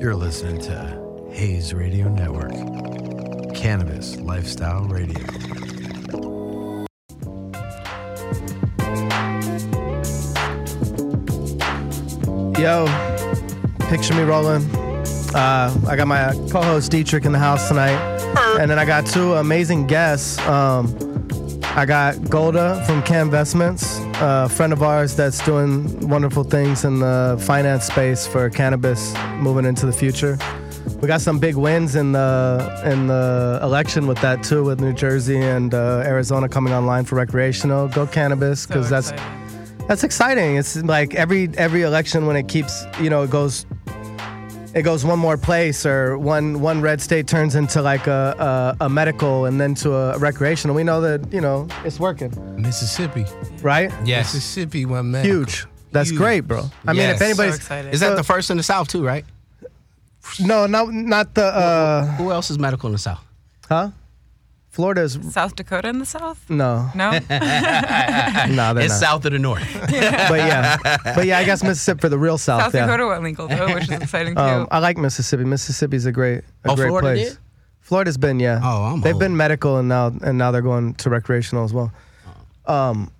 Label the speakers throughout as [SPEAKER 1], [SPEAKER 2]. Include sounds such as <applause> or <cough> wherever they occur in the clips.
[SPEAKER 1] You're listening to Hayes Radio Network, Cannabis Lifestyle Radio.
[SPEAKER 2] Yo, picture me rolling. Uh, I got my co-host Dietrich in the house tonight, and then I got two amazing guests. Um, I got Golda from Can Investments, a friend of ours that's doing wonderful things in the finance space for cannabis moving into the future. We got some big wins in the in the election with that too, with New Jersey and uh, Arizona coming online for recreational. Go cannabis, because that's that's exciting. It's like every every election when it keeps you know it goes it goes one more place or one one red state turns into like a a, a medical and then to a recreational. We know that you know it's working,
[SPEAKER 3] Mississippi.
[SPEAKER 2] right?
[SPEAKER 4] Yes.
[SPEAKER 3] Mississippi went medical.
[SPEAKER 2] Huge. That's
[SPEAKER 3] Huge.
[SPEAKER 2] great, bro. I mean, if
[SPEAKER 4] Yes.
[SPEAKER 2] anybody's
[SPEAKER 4] So excited.
[SPEAKER 2] Is
[SPEAKER 4] Is that the first in the South too, right?
[SPEAKER 2] no, no, not the uh,
[SPEAKER 4] Who else is medical in the South?
[SPEAKER 2] huh? Florida's
[SPEAKER 5] South Dakota in the South?
[SPEAKER 4] <laughs>
[SPEAKER 2] no,
[SPEAKER 5] <laughs> No?
[SPEAKER 2] no, they're
[SPEAKER 4] it's
[SPEAKER 2] not.
[SPEAKER 4] south of the north.
[SPEAKER 2] But yeah, but yeah, I guess Mississippi for the real South.
[SPEAKER 5] South
[SPEAKER 2] yeah.
[SPEAKER 5] Dakota went legal though, <laughs> which is exciting too.
[SPEAKER 2] Um, I like Mississippi. Mississippi's a great, a
[SPEAKER 4] Oh,
[SPEAKER 2] great
[SPEAKER 4] Florida
[SPEAKER 2] place.
[SPEAKER 4] did?
[SPEAKER 2] Florida's been yeah.
[SPEAKER 3] Oh, I'm
[SPEAKER 2] They've
[SPEAKER 3] old.
[SPEAKER 2] been medical and now and now they're going to recreational as well. Um,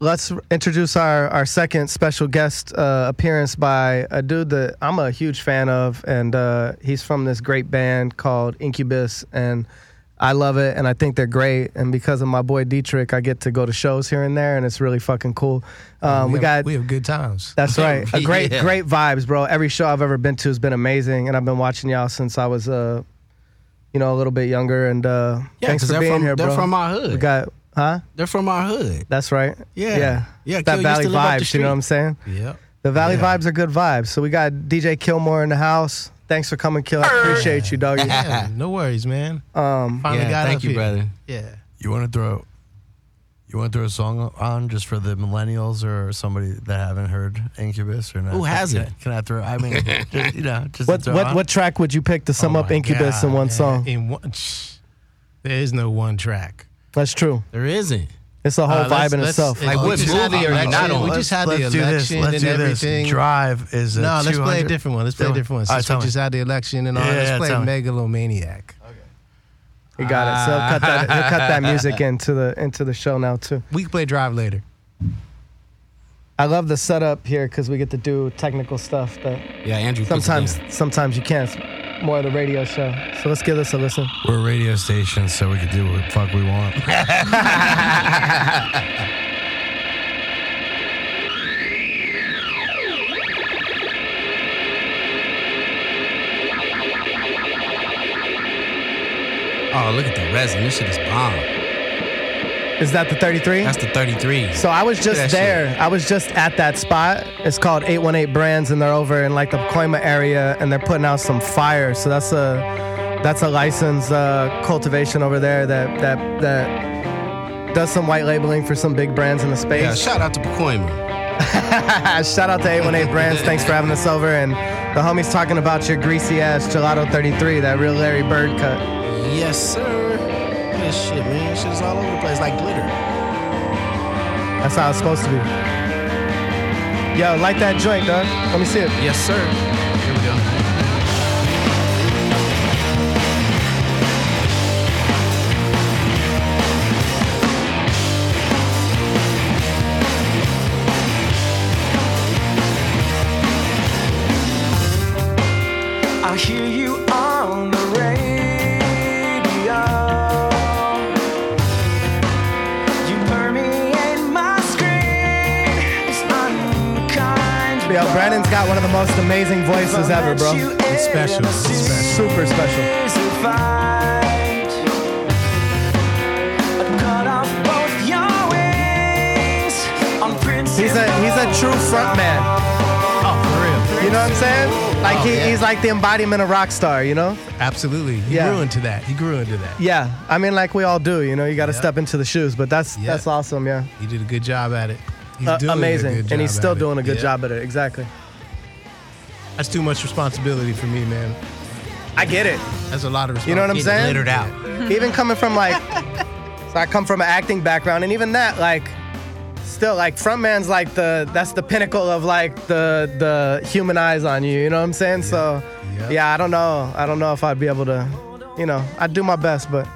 [SPEAKER 2] let's r- introduce our our second special guest uh, appearance by a dude that I'm a huge fan of, and uh, he's from this great band called Incubus, and I love it, and I think they're great. And because of my boy Dietrich, I get to go to shows here and there, and it's really fucking cool. Um, we,
[SPEAKER 3] have,
[SPEAKER 2] got
[SPEAKER 3] we have good times. <laughs>
[SPEAKER 2] that's right. A great,
[SPEAKER 4] Yeah.
[SPEAKER 2] great vibes, bro. Every show I've ever been to has been amazing, and I've been watching y'all since I was, uh, you know, a little bit younger. And uh,
[SPEAKER 3] Yeah,
[SPEAKER 2] thanks
[SPEAKER 3] 'cause
[SPEAKER 2] for
[SPEAKER 3] they're
[SPEAKER 2] being
[SPEAKER 3] from-
[SPEAKER 2] here,
[SPEAKER 3] they're
[SPEAKER 2] bro.
[SPEAKER 3] from our hood.
[SPEAKER 2] We got, huh?
[SPEAKER 3] They're from our hood.
[SPEAKER 2] That's right.
[SPEAKER 3] Yeah.
[SPEAKER 2] yeah,
[SPEAKER 3] Yeah,
[SPEAKER 2] It's That
[SPEAKER 3] Kill used
[SPEAKER 2] valley
[SPEAKER 3] to live up the
[SPEAKER 2] vibes. You know what I'm saying?
[SPEAKER 3] Yep.
[SPEAKER 2] The valley
[SPEAKER 3] Yeah.
[SPEAKER 2] vibes are good vibes. So we got DJ Kilmore in the house. Thanks for coming, Kill. I appreciate you, doggy.
[SPEAKER 3] Yeah, no worries, man.
[SPEAKER 2] Um,
[SPEAKER 3] Finally
[SPEAKER 4] Yeah,
[SPEAKER 3] got
[SPEAKER 4] thank
[SPEAKER 3] up
[SPEAKER 4] you,
[SPEAKER 3] here.
[SPEAKER 4] brother.
[SPEAKER 3] Yeah.
[SPEAKER 1] You want to throw, you want to throw a song on just for the millennials or somebody that haven't heard Incubus or not?
[SPEAKER 4] Who hasn't?
[SPEAKER 1] Can, I throw? I <laughs> mean, just, you know, just to
[SPEAKER 2] what
[SPEAKER 1] throw
[SPEAKER 2] what
[SPEAKER 1] on.
[SPEAKER 2] what track would you pick to sum
[SPEAKER 3] Oh
[SPEAKER 2] up
[SPEAKER 3] my
[SPEAKER 2] Incubus
[SPEAKER 3] God,
[SPEAKER 2] in one
[SPEAKER 3] man.
[SPEAKER 2] song?
[SPEAKER 3] In one, shh. there is no one track.
[SPEAKER 2] That's true.
[SPEAKER 4] There isn't.
[SPEAKER 2] It's a whole
[SPEAKER 3] Uh, let's-
[SPEAKER 2] vibe in
[SPEAKER 3] let's-
[SPEAKER 2] itself.
[SPEAKER 3] let's-
[SPEAKER 4] Like, what
[SPEAKER 3] we just had
[SPEAKER 4] movie
[SPEAKER 3] the
[SPEAKER 4] are you not
[SPEAKER 3] election-
[SPEAKER 4] on?
[SPEAKER 3] We
[SPEAKER 1] Let's-
[SPEAKER 3] just had the
[SPEAKER 1] let's do this.
[SPEAKER 3] election
[SPEAKER 1] Let's
[SPEAKER 3] and
[SPEAKER 1] do this.
[SPEAKER 3] everything.
[SPEAKER 1] Drive is a
[SPEAKER 3] No, let's play a
[SPEAKER 1] 200
[SPEAKER 3] different one. Let's play a
[SPEAKER 1] Tell me.
[SPEAKER 3] different one.
[SPEAKER 1] All right,
[SPEAKER 3] Since
[SPEAKER 1] tell
[SPEAKER 3] we
[SPEAKER 1] me.
[SPEAKER 3] just had the election and all,
[SPEAKER 1] Yeah,
[SPEAKER 3] let's
[SPEAKER 1] yeah, tell
[SPEAKER 3] play
[SPEAKER 1] me.
[SPEAKER 3] Megalomaniac.
[SPEAKER 2] You got it. So cut that, he'll cut that music into the into the show now too.
[SPEAKER 3] Ah. We can play Drive later.
[SPEAKER 2] I love the setup here because we get to do technical stuff that
[SPEAKER 4] Yeah, Andrew. puts it
[SPEAKER 2] sometimes
[SPEAKER 4] down.
[SPEAKER 2] sometimes you can't. It's more of the radio show. So let's give this a listen.
[SPEAKER 1] We're a radio station, so we can do what the fuck we want.
[SPEAKER 4] Oh, look at the resin. This shit is bomb.
[SPEAKER 2] Is that the 33?
[SPEAKER 4] That's the 33.
[SPEAKER 2] So I was
[SPEAKER 4] that
[SPEAKER 2] just
[SPEAKER 4] shit.
[SPEAKER 2] there. I was just at that spot. It's called 818 Brands, and they're over in like the Coima area, and they're putting out some fire. So that's a that's a licensed uh, cultivation over there that that that does some white labeling for some big brands in the space.
[SPEAKER 4] yeah, shout out to Pacoima.
[SPEAKER 2] <laughs> Shout out to 818 Brands. Thanks for having us over. And the homie's talking about your greasy ass Gelato 33, that real Larry Bird cut.
[SPEAKER 4] Yes, sir. This shit, man. Shit's all over the place like glitter.
[SPEAKER 2] That's how it's supposed to be. Yo, light that joint, dog. Let me see it.
[SPEAKER 4] Yes, sir. Here we go.
[SPEAKER 6] I hear you on the radio. You permeate my screen. It's unkind.
[SPEAKER 2] Yo, Brandon's got one of the most amazing voices ever, bro.
[SPEAKER 6] It's
[SPEAKER 3] special. It's special.
[SPEAKER 2] Super special. He's a he's a true front man.
[SPEAKER 3] Oh, for real.
[SPEAKER 2] You know what I'm saying?
[SPEAKER 3] Oh,
[SPEAKER 2] Like he, he's like the embodiment of rock star, you know?
[SPEAKER 3] Absolutely. He
[SPEAKER 2] Yeah.
[SPEAKER 3] grew into that. He grew into that.
[SPEAKER 2] Yeah. I mean like we all do, you know, you gotta
[SPEAKER 3] Yeah.
[SPEAKER 2] step into the shoes, but that's
[SPEAKER 3] Yeah.
[SPEAKER 2] that's awesome, yeah.
[SPEAKER 3] He did a good job at it. He's
[SPEAKER 2] Uh,
[SPEAKER 3] doing a
[SPEAKER 2] amazing.
[SPEAKER 3] good
[SPEAKER 2] And he's
[SPEAKER 3] job
[SPEAKER 2] still
[SPEAKER 3] at it.
[SPEAKER 2] doing a good
[SPEAKER 3] Yeah.
[SPEAKER 2] job at it, exactly.
[SPEAKER 3] That's too much responsibility for me, man.
[SPEAKER 2] I get it.
[SPEAKER 3] That's a lot of responsibility.
[SPEAKER 2] You know what I'm saying?
[SPEAKER 4] Glittered out.
[SPEAKER 2] even coming from
[SPEAKER 7] <laughs>
[SPEAKER 2] like so i come from an acting background and even that like still like frontman's like the that's the pinnacle of like the the human eyes on you you know what i'm saying so Yeah, I don't know. I don't know if I'd be able to. You know, I'd do my best, but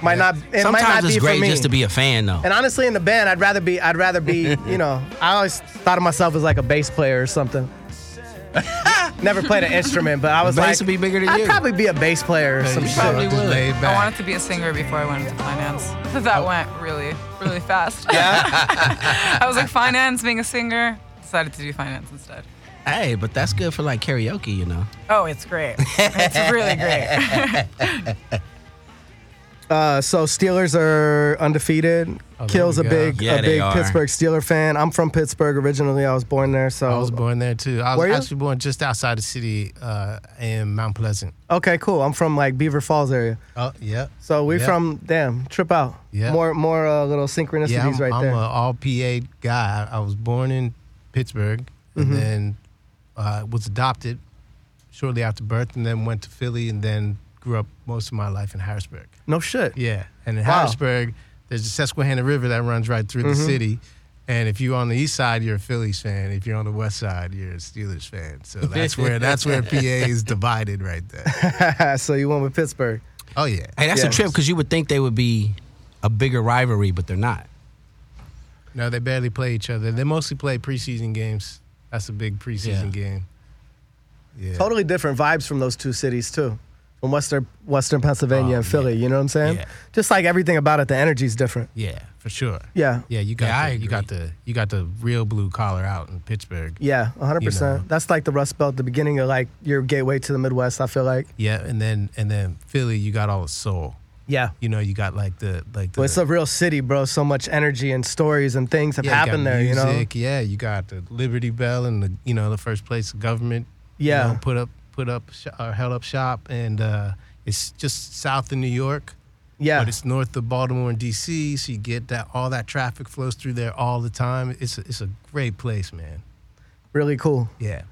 [SPEAKER 2] might not. It might not
[SPEAKER 7] Sometimes it's
[SPEAKER 2] be
[SPEAKER 7] great
[SPEAKER 2] for me.
[SPEAKER 7] just to be a fan, though.
[SPEAKER 2] and honestly, in the band, I'd rather be. I'd rather
[SPEAKER 7] <laughs>
[SPEAKER 2] be. you know, I always thought of myself as like a bass player or
[SPEAKER 7] <laughs>
[SPEAKER 2] something. Never played an instrument, but I was
[SPEAKER 7] Bass
[SPEAKER 2] like,
[SPEAKER 7] would be bigger than
[SPEAKER 2] I'd
[SPEAKER 7] you.
[SPEAKER 2] probably be a bass player or some shit.
[SPEAKER 7] probably
[SPEAKER 3] Just
[SPEAKER 7] would.
[SPEAKER 3] laid
[SPEAKER 5] I
[SPEAKER 3] back.
[SPEAKER 5] wanted to be a singer before I went into finance. <laughs> That went really, really <laughs> fast.
[SPEAKER 2] Yeah,
[SPEAKER 5] I was like, finance, being a singer. Decided to do finance instead.
[SPEAKER 7] hey, but that's good for like karaoke, you know.
[SPEAKER 5] Oh, it's great. It's really <laughs> great.
[SPEAKER 2] Uh, so Steelers are undefeated. Kills a
[SPEAKER 3] Oh, we go.
[SPEAKER 2] big,
[SPEAKER 7] Yeah,
[SPEAKER 2] a
[SPEAKER 7] they
[SPEAKER 2] big
[SPEAKER 7] are.
[SPEAKER 2] Pittsburgh Steeler fan. I'm from Pittsburgh originally. I was born there, so
[SPEAKER 3] I was born there too. I
[SPEAKER 2] Were
[SPEAKER 3] was
[SPEAKER 2] you?
[SPEAKER 3] actually born just outside the city uh, in Mount Pleasant.
[SPEAKER 2] okay, cool. I'm from like Beaver Falls area.
[SPEAKER 3] Oh, yeah.
[SPEAKER 2] So we
[SPEAKER 3] Yeah.
[SPEAKER 2] from damn trip out.
[SPEAKER 3] Yeah.
[SPEAKER 2] More more uh, little synchronicities
[SPEAKER 3] Yeah, I'm,
[SPEAKER 2] right
[SPEAKER 3] I'm uh,
[SPEAKER 2] there.
[SPEAKER 3] an all PA guy. I was born in Pittsburgh and then uh, was adopted shortly after birth and then went to Philly and then grew up most of my life in Harrisburg.
[SPEAKER 2] no shit.
[SPEAKER 3] Yeah. And in
[SPEAKER 2] Wow.
[SPEAKER 3] Harrisburg, there's the Susquehanna River that runs right through the city. And if you're on the east side, you're a Phillies fan. If you're on the west side, you're a Steelers fan. <laughs> So that's where that's where PA <laughs> is divided right there.
[SPEAKER 2] <laughs> so you went with Pittsburgh.
[SPEAKER 3] Oh yeah.
[SPEAKER 7] Hey, that's
[SPEAKER 2] Yeah.
[SPEAKER 7] a trip because you would think they would be a bigger rivalry, but they're not.
[SPEAKER 3] No, they barely play each other. They mostly play preseason games. That's a big preseason game. Yeah.
[SPEAKER 2] Totally different vibes from those two cities too. From Western Western Pennsylvania
[SPEAKER 7] Oh,
[SPEAKER 3] Um,
[SPEAKER 2] and Philly, you know what I'm saying?
[SPEAKER 7] Yeah.
[SPEAKER 2] Just like everything about it, the energy's different.
[SPEAKER 3] Yeah, for sure.
[SPEAKER 2] Yeah.
[SPEAKER 3] Yeah, you got
[SPEAKER 7] Yeah, I
[SPEAKER 3] the, you got the you got the real blue collar out in Pittsburgh.
[SPEAKER 2] Yeah, 100%.
[SPEAKER 3] You know.
[SPEAKER 2] That's like the Rust Belt, the beginning of like your gateway to the Midwest, I feel like.
[SPEAKER 3] Yeah, and then and then Philly, you got all the soul.
[SPEAKER 2] Yeah.
[SPEAKER 3] You know, you got like the like the
[SPEAKER 2] But it's a real city, bro. So much energy and stories and things have
[SPEAKER 3] yeah, you got
[SPEAKER 2] happened there, you know?
[SPEAKER 3] music, Yeah, you got the Liberty Bell and the you know the first place the government you
[SPEAKER 2] Yeah.
[SPEAKER 3] know, put up put up sh- or held up shop and uh, it's just south of New York.
[SPEAKER 2] Yeah.
[SPEAKER 3] But it's north of Baltimore and DC, so you get that all that traffic flows through there all the time. It's a, it's a great place, man.
[SPEAKER 2] really cool.
[SPEAKER 3] Yeah.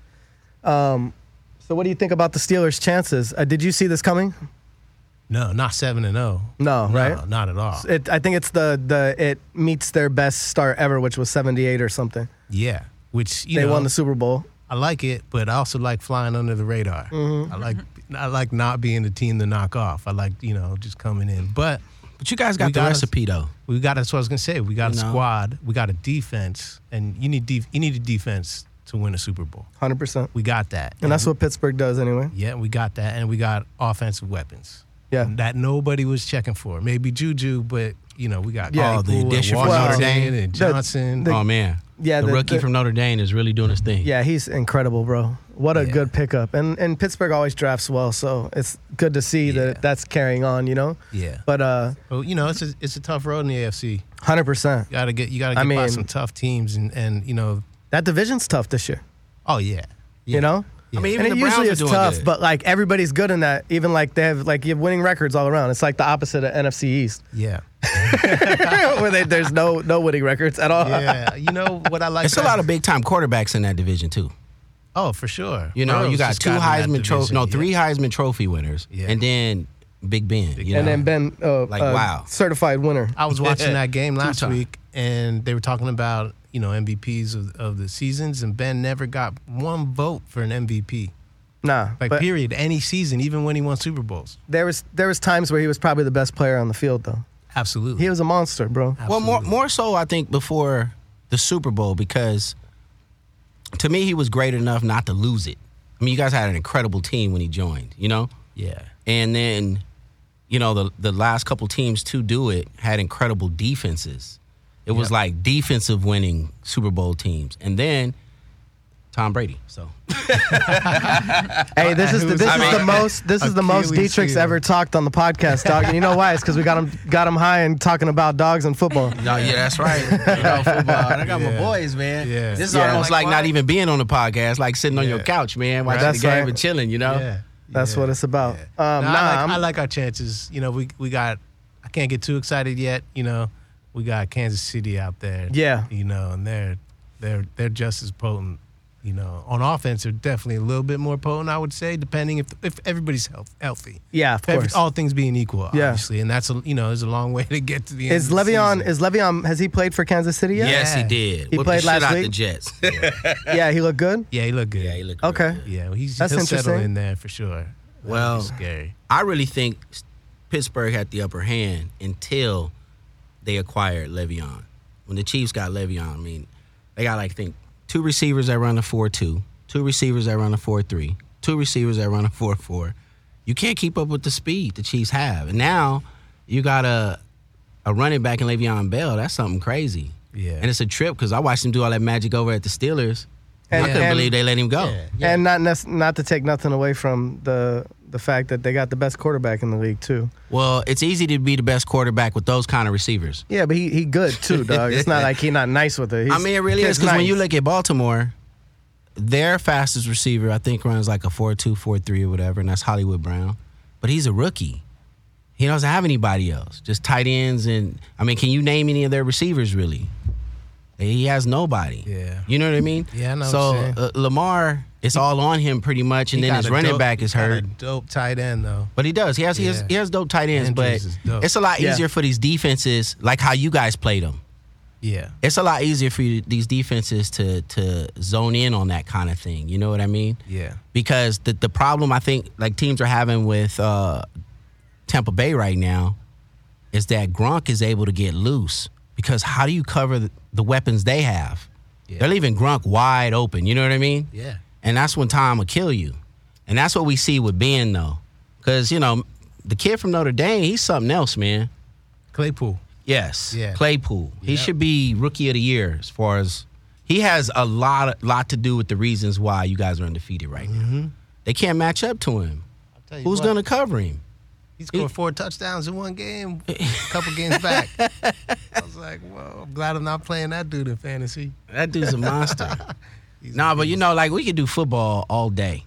[SPEAKER 2] So, what do you think about the Steelers' chances? Uh, did you see this coming?
[SPEAKER 3] No, not seven and zero.
[SPEAKER 2] No,
[SPEAKER 3] no
[SPEAKER 2] Mm-hmm. right?
[SPEAKER 3] Not at all.
[SPEAKER 2] It, I think it's the the it meets their best start ever, which was '78 or something.
[SPEAKER 3] Yeah, which you
[SPEAKER 2] they
[SPEAKER 3] know,
[SPEAKER 2] won the Super Bowl.
[SPEAKER 3] I like it, but I also like flying under the radar.
[SPEAKER 2] Mm-hmm.
[SPEAKER 3] I like I like not being the team to knock off. I like you know just coming in, but.
[SPEAKER 7] But you guys got
[SPEAKER 3] We
[SPEAKER 7] the
[SPEAKER 3] got us-
[SPEAKER 7] recipe, though.
[SPEAKER 3] We got. That's what I was gonna say. We got
[SPEAKER 7] You
[SPEAKER 3] a
[SPEAKER 7] know?
[SPEAKER 3] squad. We got a defense, and you need def- you need a defense to win a Super Bowl.
[SPEAKER 2] 100. percent
[SPEAKER 3] We got that,
[SPEAKER 2] And that's what Pittsburgh does anyway.
[SPEAKER 3] yeah, we got that, and we got offensive weapons.
[SPEAKER 2] Yeah.
[SPEAKER 3] that nobody was checking for. Maybe Juju, but you know we got
[SPEAKER 2] Yeah.
[SPEAKER 7] Oh,
[SPEAKER 3] Claypool
[SPEAKER 7] the
[SPEAKER 3] and
[SPEAKER 7] addition from
[SPEAKER 3] Washington
[SPEAKER 2] Notre
[SPEAKER 7] Dame.
[SPEAKER 3] and
[SPEAKER 2] The-
[SPEAKER 3] Johnson.
[SPEAKER 2] the-
[SPEAKER 7] oh man,
[SPEAKER 2] yeah,
[SPEAKER 7] the,
[SPEAKER 2] the-
[SPEAKER 7] rookie
[SPEAKER 2] the-
[SPEAKER 7] from Notre Dame is really doing his thing.
[SPEAKER 2] Yeah, he's incredible, bro. What a
[SPEAKER 3] Yeah.
[SPEAKER 2] good pickup. And and Pittsburgh always drafts well, so it's good to see
[SPEAKER 3] Yeah.
[SPEAKER 2] that that's carrying on. You know.
[SPEAKER 3] yeah, but
[SPEAKER 2] But uh,
[SPEAKER 3] you know it's a, it's a tough road in the AFC. You
[SPEAKER 2] 100. percent
[SPEAKER 3] gotta get you gotta
[SPEAKER 2] I
[SPEAKER 3] get by
[SPEAKER 2] mean-
[SPEAKER 3] some tough teams, and and you know
[SPEAKER 2] That division's tough this year.
[SPEAKER 3] oh yeah,
[SPEAKER 2] You know.
[SPEAKER 7] I mean, even
[SPEAKER 2] and it
[SPEAKER 7] the Browns
[SPEAKER 2] usually
[SPEAKER 7] are
[SPEAKER 2] is
[SPEAKER 7] doing
[SPEAKER 2] tough,
[SPEAKER 7] good.
[SPEAKER 2] but like everybody's good in that. Even like they have like you have winning records all around. It's like the opposite of NFC East, <laughs>
[SPEAKER 7] <laughs>
[SPEAKER 3] yeah,
[SPEAKER 2] where they, there's no no winning records at all.
[SPEAKER 3] yeah. You know what I like?
[SPEAKER 7] it's a
[SPEAKER 3] about-
[SPEAKER 7] lot of big time quarterbacks in that division too.
[SPEAKER 3] Oh, for sure.
[SPEAKER 7] You know,
[SPEAKER 3] Burrow's
[SPEAKER 7] you got
[SPEAKER 3] just
[SPEAKER 7] two
[SPEAKER 3] in that
[SPEAKER 7] Heisman trophy,
[SPEAKER 3] division,
[SPEAKER 7] no,
[SPEAKER 3] yeah.
[SPEAKER 7] three Heisman trophy winners,
[SPEAKER 3] Yeah.
[SPEAKER 7] and then Big Ben.
[SPEAKER 2] <laughs>
[SPEAKER 7] you
[SPEAKER 2] and
[SPEAKER 7] know?
[SPEAKER 2] then Ben, uh,
[SPEAKER 7] Like,
[SPEAKER 2] uh,
[SPEAKER 7] wow.
[SPEAKER 2] certified winner.
[SPEAKER 3] I was watching that game
[SPEAKER 7] Two
[SPEAKER 3] last
[SPEAKER 7] time.
[SPEAKER 3] week, and they were talking about you know MVPs of, of the seasons, and Ben never got one vote for an MVP.
[SPEAKER 2] Nah,
[SPEAKER 3] Like
[SPEAKER 2] but
[SPEAKER 3] period, any season, even when he won Super Bowls.
[SPEAKER 2] there was there was times where he was probably the best player on the field though.
[SPEAKER 3] Absolutely.
[SPEAKER 2] He was a monster, bro.
[SPEAKER 7] Well, more more so, I think before the Super Bowl because to me he was great enough not to lose it. I mean, you guys had an incredible team when he joined, you know,
[SPEAKER 3] yeah.
[SPEAKER 7] and then you know the the last couple teams to do it had incredible defenses. It was like defensive winning Super Bowl teams, and then Tom Brady. So
[SPEAKER 2] Hey, this is the, this
[SPEAKER 3] I
[SPEAKER 2] is
[SPEAKER 3] mean,
[SPEAKER 2] the most this is the most
[SPEAKER 3] Achilles
[SPEAKER 2] Dietrich's
[SPEAKER 3] heel.
[SPEAKER 2] ever talked on the podcast, dog. And you know why? It's because we got him got him high and talking about dogs and football.
[SPEAKER 7] no, yeah, that's right. I got
[SPEAKER 3] Yeah.
[SPEAKER 7] my boys, man.
[SPEAKER 3] Yeah.
[SPEAKER 7] This is
[SPEAKER 2] Yeah.
[SPEAKER 7] almost like, not even being on the podcast, like sitting on your
[SPEAKER 3] Yeah.
[SPEAKER 7] couch, man, watching
[SPEAKER 2] That's
[SPEAKER 7] the game
[SPEAKER 2] right.
[SPEAKER 7] and chilling. You know.
[SPEAKER 3] yeah.
[SPEAKER 2] That's
[SPEAKER 3] Yeah.
[SPEAKER 2] what it's about.
[SPEAKER 3] Yeah.
[SPEAKER 2] Um,
[SPEAKER 3] No,
[SPEAKER 2] nah,
[SPEAKER 3] I,
[SPEAKER 2] I'm-
[SPEAKER 3] like, I like our chances. You know, we we got. I can't get too excited yet. You know, we got Kansas City out there.
[SPEAKER 2] Yeah.
[SPEAKER 3] You know, and they're they're they're just as potent You know, on offense, they're definitely a little bit more potent. I would say, depending if if everybody's health, healthy.
[SPEAKER 2] Yeah, of
[SPEAKER 3] If every-
[SPEAKER 2] course.
[SPEAKER 3] all things being equal,
[SPEAKER 2] Yeah.
[SPEAKER 3] obviously, and that's a you know, there's a long <laughs> way to get to the end.
[SPEAKER 2] Is
[SPEAKER 3] of the
[SPEAKER 2] Le'Veon?
[SPEAKER 3] season.
[SPEAKER 2] Is Le'Veon? Has he played for Kansas City yet?
[SPEAKER 7] Yes, he did. Whipped the
[SPEAKER 2] played
[SPEAKER 7] shit
[SPEAKER 2] last
[SPEAKER 7] out
[SPEAKER 2] week?
[SPEAKER 7] the Jets. Yeah,
[SPEAKER 2] Yeah, he looked good.
[SPEAKER 3] Yeah, he looked good.
[SPEAKER 7] yeah he looked
[SPEAKER 2] Okay.
[SPEAKER 7] really good.
[SPEAKER 3] Yeah, well, he's
[SPEAKER 2] That's
[SPEAKER 3] he'll settle
[SPEAKER 2] interesting.
[SPEAKER 3] in there for sure. That'd
[SPEAKER 7] Well-
[SPEAKER 3] be scary.
[SPEAKER 7] I really think Pittsburgh had the upper hand until they acquired Le'Veon. When the Chiefs got Le'Veon, I mean, they got like I think two receivers that run a four-two, two receivers that run a four-three, two receivers that run a four-four. You can't keep up with the speed the Chiefs have, and now you got a a running back in Le'Veon Bell. That's something crazy.
[SPEAKER 3] Yeah.
[SPEAKER 7] and it's a trip because I watched him do all that magic over at the Steelers.
[SPEAKER 2] And-
[SPEAKER 7] I couldn't
[SPEAKER 2] and-
[SPEAKER 7] believe they let him go.
[SPEAKER 2] And not nec- not to take nothing away from the the fact that they got the best quarterback in the league too.
[SPEAKER 7] Well, it's easy to be the best quarterback with those kind of receivers.
[SPEAKER 2] Yeah, but he he good <laughs> too, dog. it's not like he not nice with it. He's,
[SPEAKER 7] I mean, it really
[SPEAKER 2] he's
[SPEAKER 7] is because when
[SPEAKER 2] nice.
[SPEAKER 7] you look at Baltimore, their fastest receiver, I think, runs like a 4 2, 4 3 or whatever, and that's Hollywood Brown. But he's a rookie. He doesn't have anybody else, just tight ends. And I mean, can you name any of their receivers really? He has nobody.
[SPEAKER 3] Yeah.
[SPEAKER 7] You know what I mean?
[SPEAKER 3] Yeah, I know what
[SPEAKER 7] So
[SPEAKER 3] you're saying.
[SPEAKER 7] uh, Lamar, it's all on him pretty much, and
[SPEAKER 3] He
[SPEAKER 7] then
[SPEAKER 3] got
[SPEAKER 7] his
[SPEAKER 3] a
[SPEAKER 7] running
[SPEAKER 3] dope-
[SPEAKER 7] back is
[SPEAKER 3] got a
[SPEAKER 7] hurt.
[SPEAKER 3] Dope tight end though.
[SPEAKER 7] But he does. He has he has
[SPEAKER 3] Yeah.
[SPEAKER 7] he has dope tight ends,
[SPEAKER 3] Andrews is
[SPEAKER 7] but
[SPEAKER 3] dope.
[SPEAKER 7] it's a lot
[SPEAKER 2] Yeah.
[SPEAKER 7] easier for these defenses, like how you guys played them
[SPEAKER 3] Yeah.
[SPEAKER 7] it's a lot easier for you, these defenses to to zone in on that kind of thing. You know what I mean?
[SPEAKER 3] Yeah.
[SPEAKER 7] Because the the problem I think like teams are having with uh, Tampa Bay right now is that Gronk is able to get loose because how do you cover the, the weapons they have?
[SPEAKER 3] Yeah.
[SPEAKER 7] They're leaving Gronk wide open. You know what I mean?
[SPEAKER 3] Yeah.
[SPEAKER 7] And that's when time will kill you. And that's what we see with Ben though, because you know the kid from Notre Dame, he's something else, man.
[SPEAKER 3] Claypool.
[SPEAKER 7] Yes.
[SPEAKER 3] Yeah.
[SPEAKER 7] Claypool. He
[SPEAKER 3] Yep.
[SPEAKER 7] should be rookie of the year as far as he has a lot lot to do with the reasons why you guys are undefeated right now. They can't match up to him.
[SPEAKER 3] Tell you
[SPEAKER 7] Who's
[SPEAKER 3] what,
[SPEAKER 7] going to cover him?
[SPEAKER 3] He scored four touchdowns in
[SPEAKER 2] <laughs>
[SPEAKER 3] one game, a couple games back. I was like, whoa, I'm glad I'm not playing that dude in fantasy.
[SPEAKER 7] That dude's a monster. nah, but you know, like we could do football all day.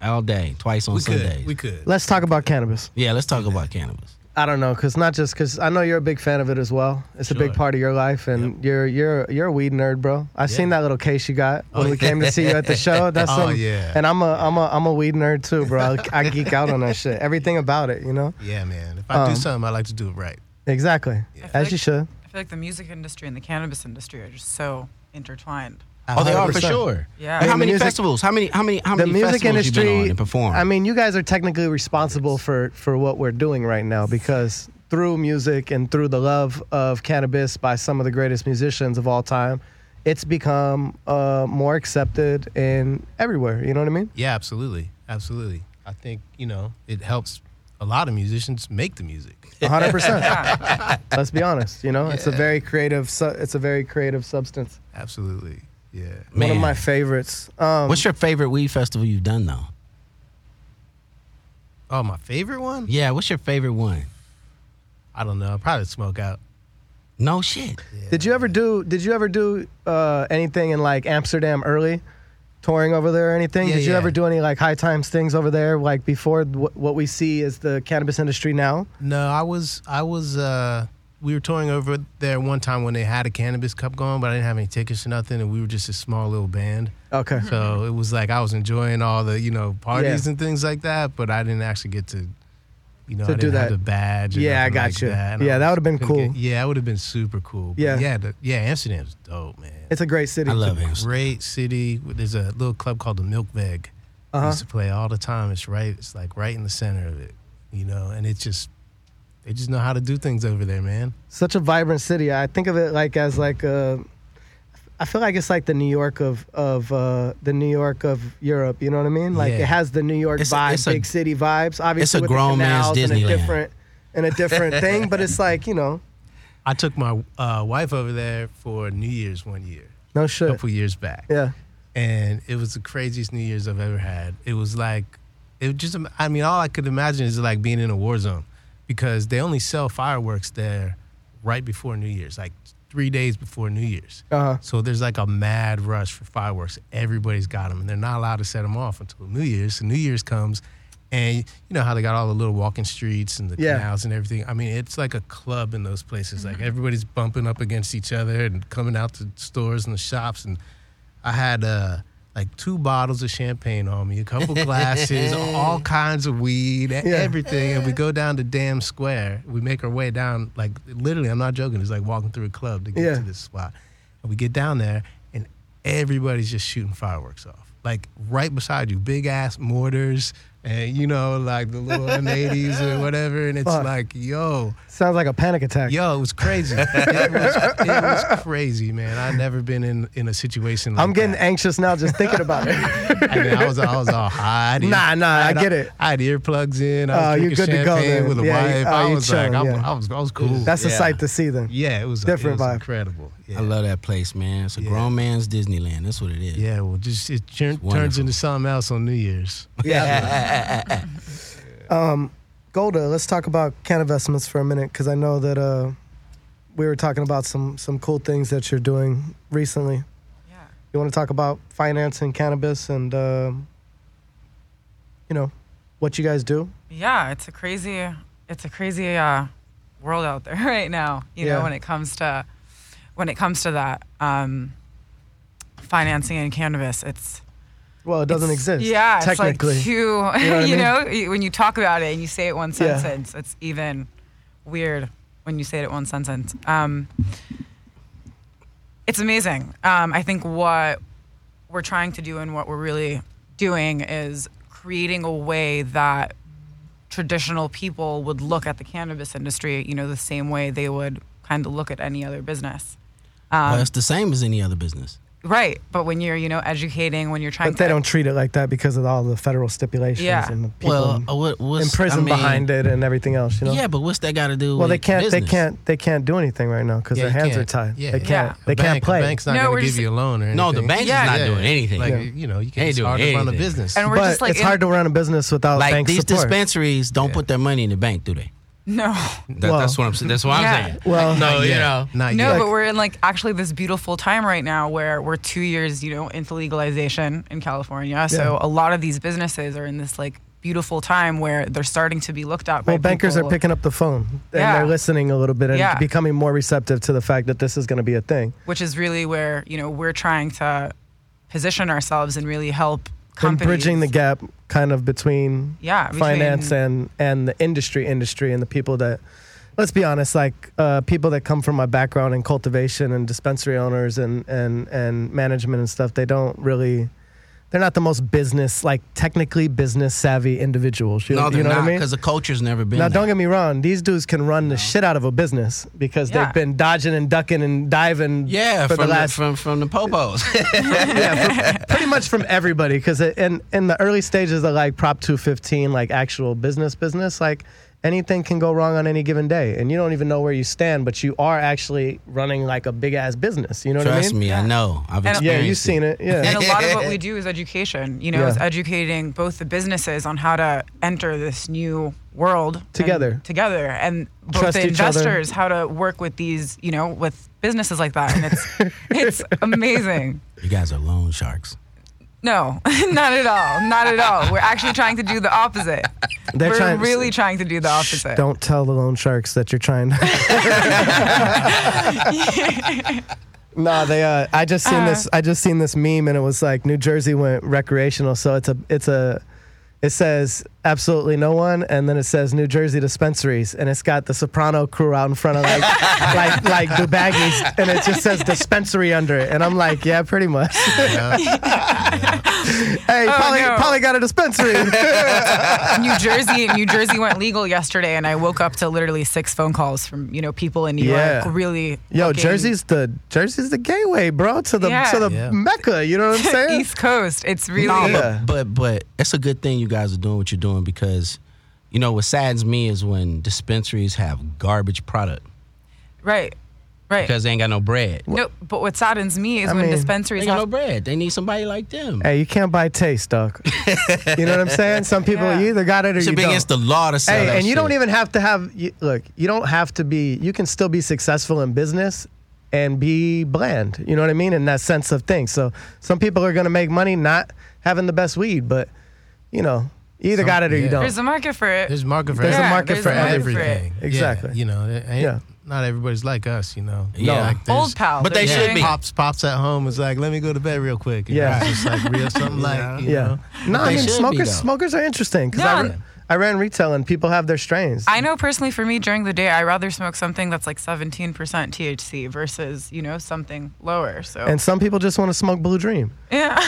[SPEAKER 7] All day, twice on
[SPEAKER 3] We
[SPEAKER 7] Sundays.
[SPEAKER 3] could. We could.
[SPEAKER 2] let's talk about cannabis.
[SPEAKER 7] yeah, let's talk about cannabis.
[SPEAKER 2] I don't know, cause not just cause I know you're a big fan of it as well. It's a big
[SPEAKER 3] Sure.
[SPEAKER 2] part of your life, and you're you're you're a weed nerd, bro. I seen that little case you got when we came to see you at
[SPEAKER 7] <laughs>
[SPEAKER 2] the show. That's
[SPEAKER 3] Oh,
[SPEAKER 2] some-
[SPEAKER 3] yeah.
[SPEAKER 2] And I'm a I'm a I'm a weed nerd too, bro. I, I geek out on that shit. Everything about it, you know.
[SPEAKER 3] Yeah, man. If I
[SPEAKER 2] Um,
[SPEAKER 3] do something, I like to do it right.
[SPEAKER 2] Exactly, as you
[SPEAKER 5] like-
[SPEAKER 2] should.
[SPEAKER 5] I feel like the music industry and the cannabis industry are just so intertwined.
[SPEAKER 7] Oh, they are for
[SPEAKER 2] 100%.
[SPEAKER 7] sure.
[SPEAKER 5] Yeah.
[SPEAKER 7] And
[SPEAKER 5] I
[SPEAKER 7] how
[SPEAKER 5] mean,
[SPEAKER 7] many
[SPEAKER 2] music-
[SPEAKER 7] festivals? How many? How many? How
[SPEAKER 2] the
[SPEAKER 7] many
[SPEAKER 2] music
[SPEAKER 7] festivals
[SPEAKER 2] industry
[SPEAKER 7] you been on and performed?
[SPEAKER 2] I mean, you guys are technically responsible for for what we're doing right now because through music and through the love of cannabis by some of the greatest musicians of all time, it's become uh, more accepted in everywhere. You know what I
[SPEAKER 7] <laughs>
[SPEAKER 2] mean?
[SPEAKER 3] Yeah, absolutely. Absolutely. I think, you know, it helps a lot of musicians make the music.
[SPEAKER 2] A hundred percent. Let's be honest. You know, it's a very creative. Su- it's a very creative substance.
[SPEAKER 3] Absolutely. Yeah.
[SPEAKER 2] One
[SPEAKER 7] Man.
[SPEAKER 2] of my favorites. Um,
[SPEAKER 7] what's your favorite weed festival you've done though?
[SPEAKER 3] Oh, my favorite one?
[SPEAKER 7] Yeah, what's your favorite one?
[SPEAKER 3] I don't know. Probably smoke out.
[SPEAKER 7] No shit.
[SPEAKER 2] Did you ever do? Did you ever do uh, anything in like Amsterdam early, touring over there or anything?
[SPEAKER 3] Yeah,
[SPEAKER 2] did you
[SPEAKER 3] yeah.
[SPEAKER 2] ever do any like high times things over there, like before wh- what we see is the cannabis industry now?
[SPEAKER 3] No, I was I was uh we were touring over there one time when they had a cannabis cup going, but I didn't have any tickets or nothing, and we were just a small little band.
[SPEAKER 2] Okay.
[SPEAKER 3] So it was like I was enjoying all the you know parties
[SPEAKER 2] Yeah.
[SPEAKER 3] and things like that, but I didn't actually get to you know
[SPEAKER 2] To
[SPEAKER 3] I
[SPEAKER 2] do
[SPEAKER 3] didn't have
[SPEAKER 2] that.
[SPEAKER 3] the badge. or
[SPEAKER 2] Yeah, I
[SPEAKER 3] nothing
[SPEAKER 2] got
[SPEAKER 3] like
[SPEAKER 2] you.
[SPEAKER 3] That. and I
[SPEAKER 2] Yeah, that
[SPEAKER 3] was-
[SPEAKER 2] would've been
[SPEAKER 3] couldn't get-
[SPEAKER 2] cool.
[SPEAKER 3] yeah, it would have been super cool. But
[SPEAKER 2] Yeah.
[SPEAKER 3] yeah, the, yeah. Amsterdam's dope, man.
[SPEAKER 2] It's a great city.
[SPEAKER 7] I love
[SPEAKER 3] It's a
[SPEAKER 7] Amsterdam.
[SPEAKER 3] Great city. There's a little club called the Milkveg. I
[SPEAKER 2] Uh-huh.
[SPEAKER 3] used to play all the time. It's right. It's like right in the center of it, you know. And it's just, they just know how to do things over there, man.
[SPEAKER 2] Such a vibrant city. I think of it like as like a. I feel like it's like the New York of of uh, the New York of Europe. You know what I mean? Like
[SPEAKER 3] Yeah.
[SPEAKER 2] it has the New York
[SPEAKER 7] It's a-
[SPEAKER 2] vibe,
[SPEAKER 7] it's a-
[SPEAKER 2] big city vibes. Obviously, with the
[SPEAKER 7] grown man's
[SPEAKER 2] canals and a
[SPEAKER 7] Disneyland.
[SPEAKER 2] different and a different thing, but it's like you know,
[SPEAKER 3] I took my uh, wife over there for New Year's one year,
[SPEAKER 2] no
[SPEAKER 3] a
[SPEAKER 2] shit.
[SPEAKER 3] couple years back.
[SPEAKER 2] Yeah.
[SPEAKER 3] and it was the craziest New Year's I've ever had. It was like it was just I mean all I could imagine is like being in a war zone because they only sell fireworks there right before New Year's, like 3 days before New Year's.
[SPEAKER 2] Uh-huh.
[SPEAKER 3] So there's like a mad rush for fireworks. Everybody's got them and they're not allowed to set them off until New Year's. So New Year's comes and you know how they got all the little walking streets and the
[SPEAKER 2] Yeah. Mm-hmm.
[SPEAKER 3] canals and everything. I mean, it's like a club in those places. Like everybody's bumping up against each other and coming out to stores and the shops and I had uh, like two bottles of champagne on me,
[SPEAKER 2] <laughs>
[SPEAKER 3] a couple glasses, all kinds of weed, e- everything. And we go down to Dam Square. We make our way down, like literally, I'm not joking. It's like walking through a club to get
[SPEAKER 2] Yeah.
[SPEAKER 3] to this spot. And we get down there, and everybody's just shooting fireworks off, like right beside you, big ass mortars. And you know, like
[SPEAKER 2] <laughs>
[SPEAKER 3] the little M80s or whatever, and it's
[SPEAKER 2] Fuck.
[SPEAKER 3] like, yo,
[SPEAKER 2] Sounds like a panic attack.
[SPEAKER 3] Yo, it was crazy. it, was, it was crazy, man. I've never been in, in a situation like
[SPEAKER 2] I'm getting
[SPEAKER 3] that.
[SPEAKER 2] anxious now just thinking about
[SPEAKER 7] <laughs>
[SPEAKER 2] it.
[SPEAKER 3] I, mean, I was I was all high. I'd ear-
[SPEAKER 2] Nah, nah, I
[SPEAKER 3] had-
[SPEAKER 2] get it.
[SPEAKER 3] I had earplugs in. I
[SPEAKER 2] Oh,
[SPEAKER 3] was
[SPEAKER 2] you
[SPEAKER 3] drinking
[SPEAKER 2] good to go
[SPEAKER 3] champagne
[SPEAKER 2] then.
[SPEAKER 3] with a
[SPEAKER 2] Yeah, you-
[SPEAKER 3] wife.
[SPEAKER 2] oh,
[SPEAKER 3] I
[SPEAKER 2] you
[SPEAKER 3] was like,
[SPEAKER 2] chilling,
[SPEAKER 3] I'm,
[SPEAKER 2] yeah.
[SPEAKER 3] I was I was cool.
[SPEAKER 2] That's a
[SPEAKER 7] Yeah.
[SPEAKER 2] sight to see then.
[SPEAKER 3] yeah, it was
[SPEAKER 2] different
[SPEAKER 3] It was
[SPEAKER 2] vibe.
[SPEAKER 3] incredible. Yeah.
[SPEAKER 7] I love that place, man. It's a
[SPEAKER 3] Yeah.
[SPEAKER 7] grown man's Disneyland. That's what it is.
[SPEAKER 3] Yeah, well, just it turn, turns
[SPEAKER 7] wonderful.
[SPEAKER 3] into something else on New Year's.
[SPEAKER 2] Um, Golda, let's talk about canvestments for a minute because I know that uh, we were talking about some some cool things that you're doing recently.
[SPEAKER 5] Yeah.
[SPEAKER 2] You want to talk about financing cannabis and um, you know what you guys do?
[SPEAKER 5] yeah, it's a crazy, it's a crazy uh, world out there <laughs> right now. You
[SPEAKER 2] Yeah.
[SPEAKER 5] know, when it comes to when it comes to that um, financing and cannabis, it's
[SPEAKER 2] Well, it doesn't
[SPEAKER 5] it's-
[SPEAKER 2] exist.
[SPEAKER 5] Yeah,
[SPEAKER 2] technically.
[SPEAKER 5] it's like too. <laughs> You know,
[SPEAKER 2] what I mean?
[SPEAKER 5] y- when you talk about it and you say it one
[SPEAKER 2] Yeah.
[SPEAKER 5] sentence, it's even weird when you say it one sentence. Um, it's amazing. Um, I think what we're trying to do and what we're really doing is creating a way that traditional people would look at the cannabis industry, you know, the same way they would kind of look at any other business. Um,
[SPEAKER 7] Well, it's the same as any other business.
[SPEAKER 5] Right. But when you're, you know, educating, when you're trying
[SPEAKER 2] but they
[SPEAKER 5] to
[SPEAKER 2] don't treat it like that because of all the federal stipulations
[SPEAKER 5] Yeah.
[SPEAKER 2] and the people
[SPEAKER 7] Well,
[SPEAKER 2] in-
[SPEAKER 7] uh, what, what's
[SPEAKER 2] in prison
[SPEAKER 7] I mean,
[SPEAKER 2] behind it and everything else. You know.
[SPEAKER 7] Yeah, but what's that got to do?
[SPEAKER 2] Well,
[SPEAKER 7] with
[SPEAKER 2] they can't. They
[SPEAKER 7] business?
[SPEAKER 2] can't. They can't do anything right now because
[SPEAKER 3] Yeah,
[SPEAKER 2] their
[SPEAKER 3] you
[SPEAKER 2] hands
[SPEAKER 3] can't.
[SPEAKER 2] are tied.
[SPEAKER 3] Yeah,
[SPEAKER 2] they
[SPEAKER 3] yeah.
[SPEAKER 2] can't.
[SPEAKER 5] A
[SPEAKER 2] They
[SPEAKER 3] The
[SPEAKER 2] can't
[SPEAKER 3] bank-
[SPEAKER 2] play.
[SPEAKER 3] The bank's not
[SPEAKER 5] No,
[SPEAKER 3] going
[SPEAKER 5] we're
[SPEAKER 3] to give
[SPEAKER 5] just-
[SPEAKER 3] you a loan or anything.
[SPEAKER 7] No, the bank's
[SPEAKER 5] Yeah.
[SPEAKER 7] not
[SPEAKER 3] Yeah.
[SPEAKER 7] doing anything.
[SPEAKER 3] Like
[SPEAKER 7] Like,
[SPEAKER 3] you know, you
[SPEAKER 7] They
[SPEAKER 3] can't. It's
[SPEAKER 7] doing
[SPEAKER 3] hard to run a
[SPEAKER 7] anything.
[SPEAKER 3] business.
[SPEAKER 5] And we're
[SPEAKER 2] but
[SPEAKER 5] just like
[SPEAKER 2] it's
[SPEAKER 5] in-
[SPEAKER 2] hard to run a business without uh, bank
[SPEAKER 7] these
[SPEAKER 2] support.
[SPEAKER 7] dispensaries don't put their money in the bank, do they?
[SPEAKER 2] <laughs>
[SPEAKER 5] no.
[SPEAKER 7] That,
[SPEAKER 2] Well-
[SPEAKER 7] that's what I'm. s- That's what
[SPEAKER 5] Yeah.
[SPEAKER 7] I'm saying.
[SPEAKER 2] Well-
[SPEAKER 7] no, you
[SPEAKER 3] Yeah,
[SPEAKER 7] know,
[SPEAKER 3] not
[SPEAKER 5] No,
[SPEAKER 3] yet.
[SPEAKER 5] but we're in like actually this beautiful time right now where we're two years, you know, into legalization in California. So a lot of these businesses are in this like beautiful time where they're starting to be looked at.
[SPEAKER 2] well,
[SPEAKER 5] by
[SPEAKER 2] bankers
[SPEAKER 5] people.
[SPEAKER 2] are picking up the phone and
[SPEAKER 5] Yeah.
[SPEAKER 2] they're listening a little bit and
[SPEAKER 5] Yeah.
[SPEAKER 2] becoming more receptive to the fact that this is going to be a thing.
[SPEAKER 5] which is really where you know we're trying to position ourselves and really help
[SPEAKER 2] And
[SPEAKER 5] companies
[SPEAKER 2] bridging the gap kind of between
[SPEAKER 5] Yeah,
[SPEAKER 2] finance
[SPEAKER 5] between-
[SPEAKER 2] and and the industry industry and the people that let's be honest like uh, people that come from my background in cultivation and dispensary owners and and and management and stuff they don't really they're not the most business like technically business savvy individuals you,
[SPEAKER 7] no,
[SPEAKER 2] you
[SPEAKER 7] they're
[SPEAKER 2] know
[SPEAKER 7] not
[SPEAKER 2] what i mean
[SPEAKER 7] because the culture's never been.
[SPEAKER 2] Now,
[SPEAKER 7] there.
[SPEAKER 2] don't get me wrong. These dudes can run the shit out of a business because
[SPEAKER 5] Yeah.
[SPEAKER 2] they've been dodging and ducking and diving.
[SPEAKER 7] yeah,
[SPEAKER 2] for
[SPEAKER 7] from
[SPEAKER 2] the last
[SPEAKER 7] from from the
[SPEAKER 2] <laughs>
[SPEAKER 7] popos.
[SPEAKER 2] yeah, from- pretty much from everybody. Because in in the early stages of like Prop 215, like actual business business, like anything can go wrong on any given day, and you don't even know where you stand, but you are actually running like a big ass business. You know what I
[SPEAKER 7] Trust
[SPEAKER 2] mean?
[SPEAKER 7] me, I
[SPEAKER 5] Yeah.
[SPEAKER 7] know. I've
[SPEAKER 5] And-
[SPEAKER 7] experienced
[SPEAKER 2] Yeah, you've seen it.
[SPEAKER 5] and
[SPEAKER 2] Yeah,
[SPEAKER 5] a lot of what
[SPEAKER 2] <laughs>
[SPEAKER 5] we do is education you know is
[SPEAKER 2] Yeah.
[SPEAKER 5] educating both the businesses on how to enter this new world and-
[SPEAKER 2] Together.
[SPEAKER 5] together and both
[SPEAKER 2] Trust
[SPEAKER 5] the
[SPEAKER 2] each other.
[SPEAKER 5] investors how to work with these you know with businesses like that and
[SPEAKER 2] <laughs>
[SPEAKER 5] it's it's amazing
[SPEAKER 7] You guys are loan sharks.
[SPEAKER 5] no <laughs> not at all not at all we're actually trying to do the opposite
[SPEAKER 2] They're
[SPEAKER 5] we're
[SPEAKER 2] trying-
[SPEAKER 5] really trying to do the opposite
[SPEAKER 2] don't tell the loan sharks that you're trying. to... No, they. Uh, I just seen this. I just seen this meme, and it was like New Jersey went recreational. So it's a. It's a. It says absolutely no one, and then it says New Jersey dispensaries, and it's got the Soprano crew out in front of like like like the baggies, and it just says dispensary under it, and I'm like, yeah, pretty much. hey, Polly,
[SPEAKER 5] no.
[SPEAKER 2] Polly got a dispensary.
[SPEAKER 5] <laughs> New Jersey, New Jersey went legal yesterday, and I woke up to literally six phone calls from you know people in New
[SPEAKER 2] Yeah.
[SPEAKER 5] York. Really,
[SPEAKER 2] Yo,
[SPEAKER 5] looking
[SPEAKER 2] Jersey's the Jersey's the gateway, bro, to the
[SPEAKER 5] Yeah.
[SPEAKER 2] to the
[SPEAKER 3] Yeah.
[SPEAKER 2] mecca. You know what I'm saying?
[SPEAKER 5] East Coast. It's really
[SPEAKER 7] No,
[SPEAKER 2] Yeah.
[SPEAKER 7] but, but but it's a good thing you guys are doing what you're doing because, you know, what saddens me is when dispensaries have garbage product
[SPEAKER 5] right, right.
[SPEAKER 7] because they ain't got no bread.
[SPEAKER 5] no, but what saddens me is
[SPEAKER 2] I
[SPEAKER 5] when
[SPEAKER 2] mean,
[SPEAKER 5] dispensaries
[SPEAKER 7] They got
[SPEAKER 5] have
[SPEAKER 7] no bread. They need somebody like them.
[SPEAKER 2] Hey, you can't buy taste, dog. you know what I'm saying? Some people
[SPEAKER 5] Yeah.
[SPEAKER 2] you either got it or
[SPEAKER 7] It
[SPEAKER 2] you
[SPEAKER 7] should be
[SPEAKER 2] don't.
[SPEAKER 7] against the law to sell
[SPEAKER 2] hey,
[SPEAKER 7] that
[SPEAKER 2] and you
[SPEAKER 7] shit.
[SPEAKER 2] don't even have to have. You, look, you don't have to be. You can still be successful in business and be bland. You know what I mean? In that sense of things. So some people are going to make money not having the best weed, but you know, You either got it or you
[SPEAKER 3] Yeah.
[SPEAKER 2] don't.
[SPEAKER 5] <laughs> There's a market for it.
[SPEAKER 3] There's a market for
[SPEAKER 2] There's a
[SPEAKER 3] everything.
[SPEAKER 2] market
[SPEAKER 5] there's
[SPEAKER 2] for
[SPEAKER 5] a market
[SPEAKER 3] everything.
[SPEAKER 5] it.
[SPEAKER 3] Yeah,
[SPEAKER 2] Exactly.
[SPEAKER 3] you know, it ain't-
[SPEAKER 2] Yeah.
[SPEAKER 3] not everybody's like us, you know.
[SPEAKER 7] Yeah.
[SPEAKER 3] Like there's-
[SPEAKER 5] Old pal.
[SPEAKER 7] But they
[SPEAKER 5] they're
[SPEAKER 7] should
[SPEAKER 5] doing-
[SPEAKER 7] be.
[SPEAKER 3] Pops, pops at home is like, let me go to bed real quick. And
[SPEAKER 2] Yeah.
[SPEAKER 3] yeah, it's just
[SPEAKER 2] <laughs>
[SPEAKER 3] like real something like, you
[SPEAKER 2] yeah.
[SPEAKER 3] know.
[SPEAKER 2] No, I
[SPEAKER 7] they
[SPEAKER 2] mean
[SPEAKER 7] should be,
[SPEAKER 2] smokers.
[SPEAKER 7] though.
[SPEAKER 2] smokers are interesting because I,
[SPEAKER 5] Yeah.
[SPEAKER 2] ra- I ran retail and people have their strains.
[SPEAKER 5] I know personally for me during the day, I rather smoke something that's like 17% THC versus, you know, something lower. So,
[SPEAKER 2] and some people just want to smoke Blue Dream
[SPEAKER 5] yeah.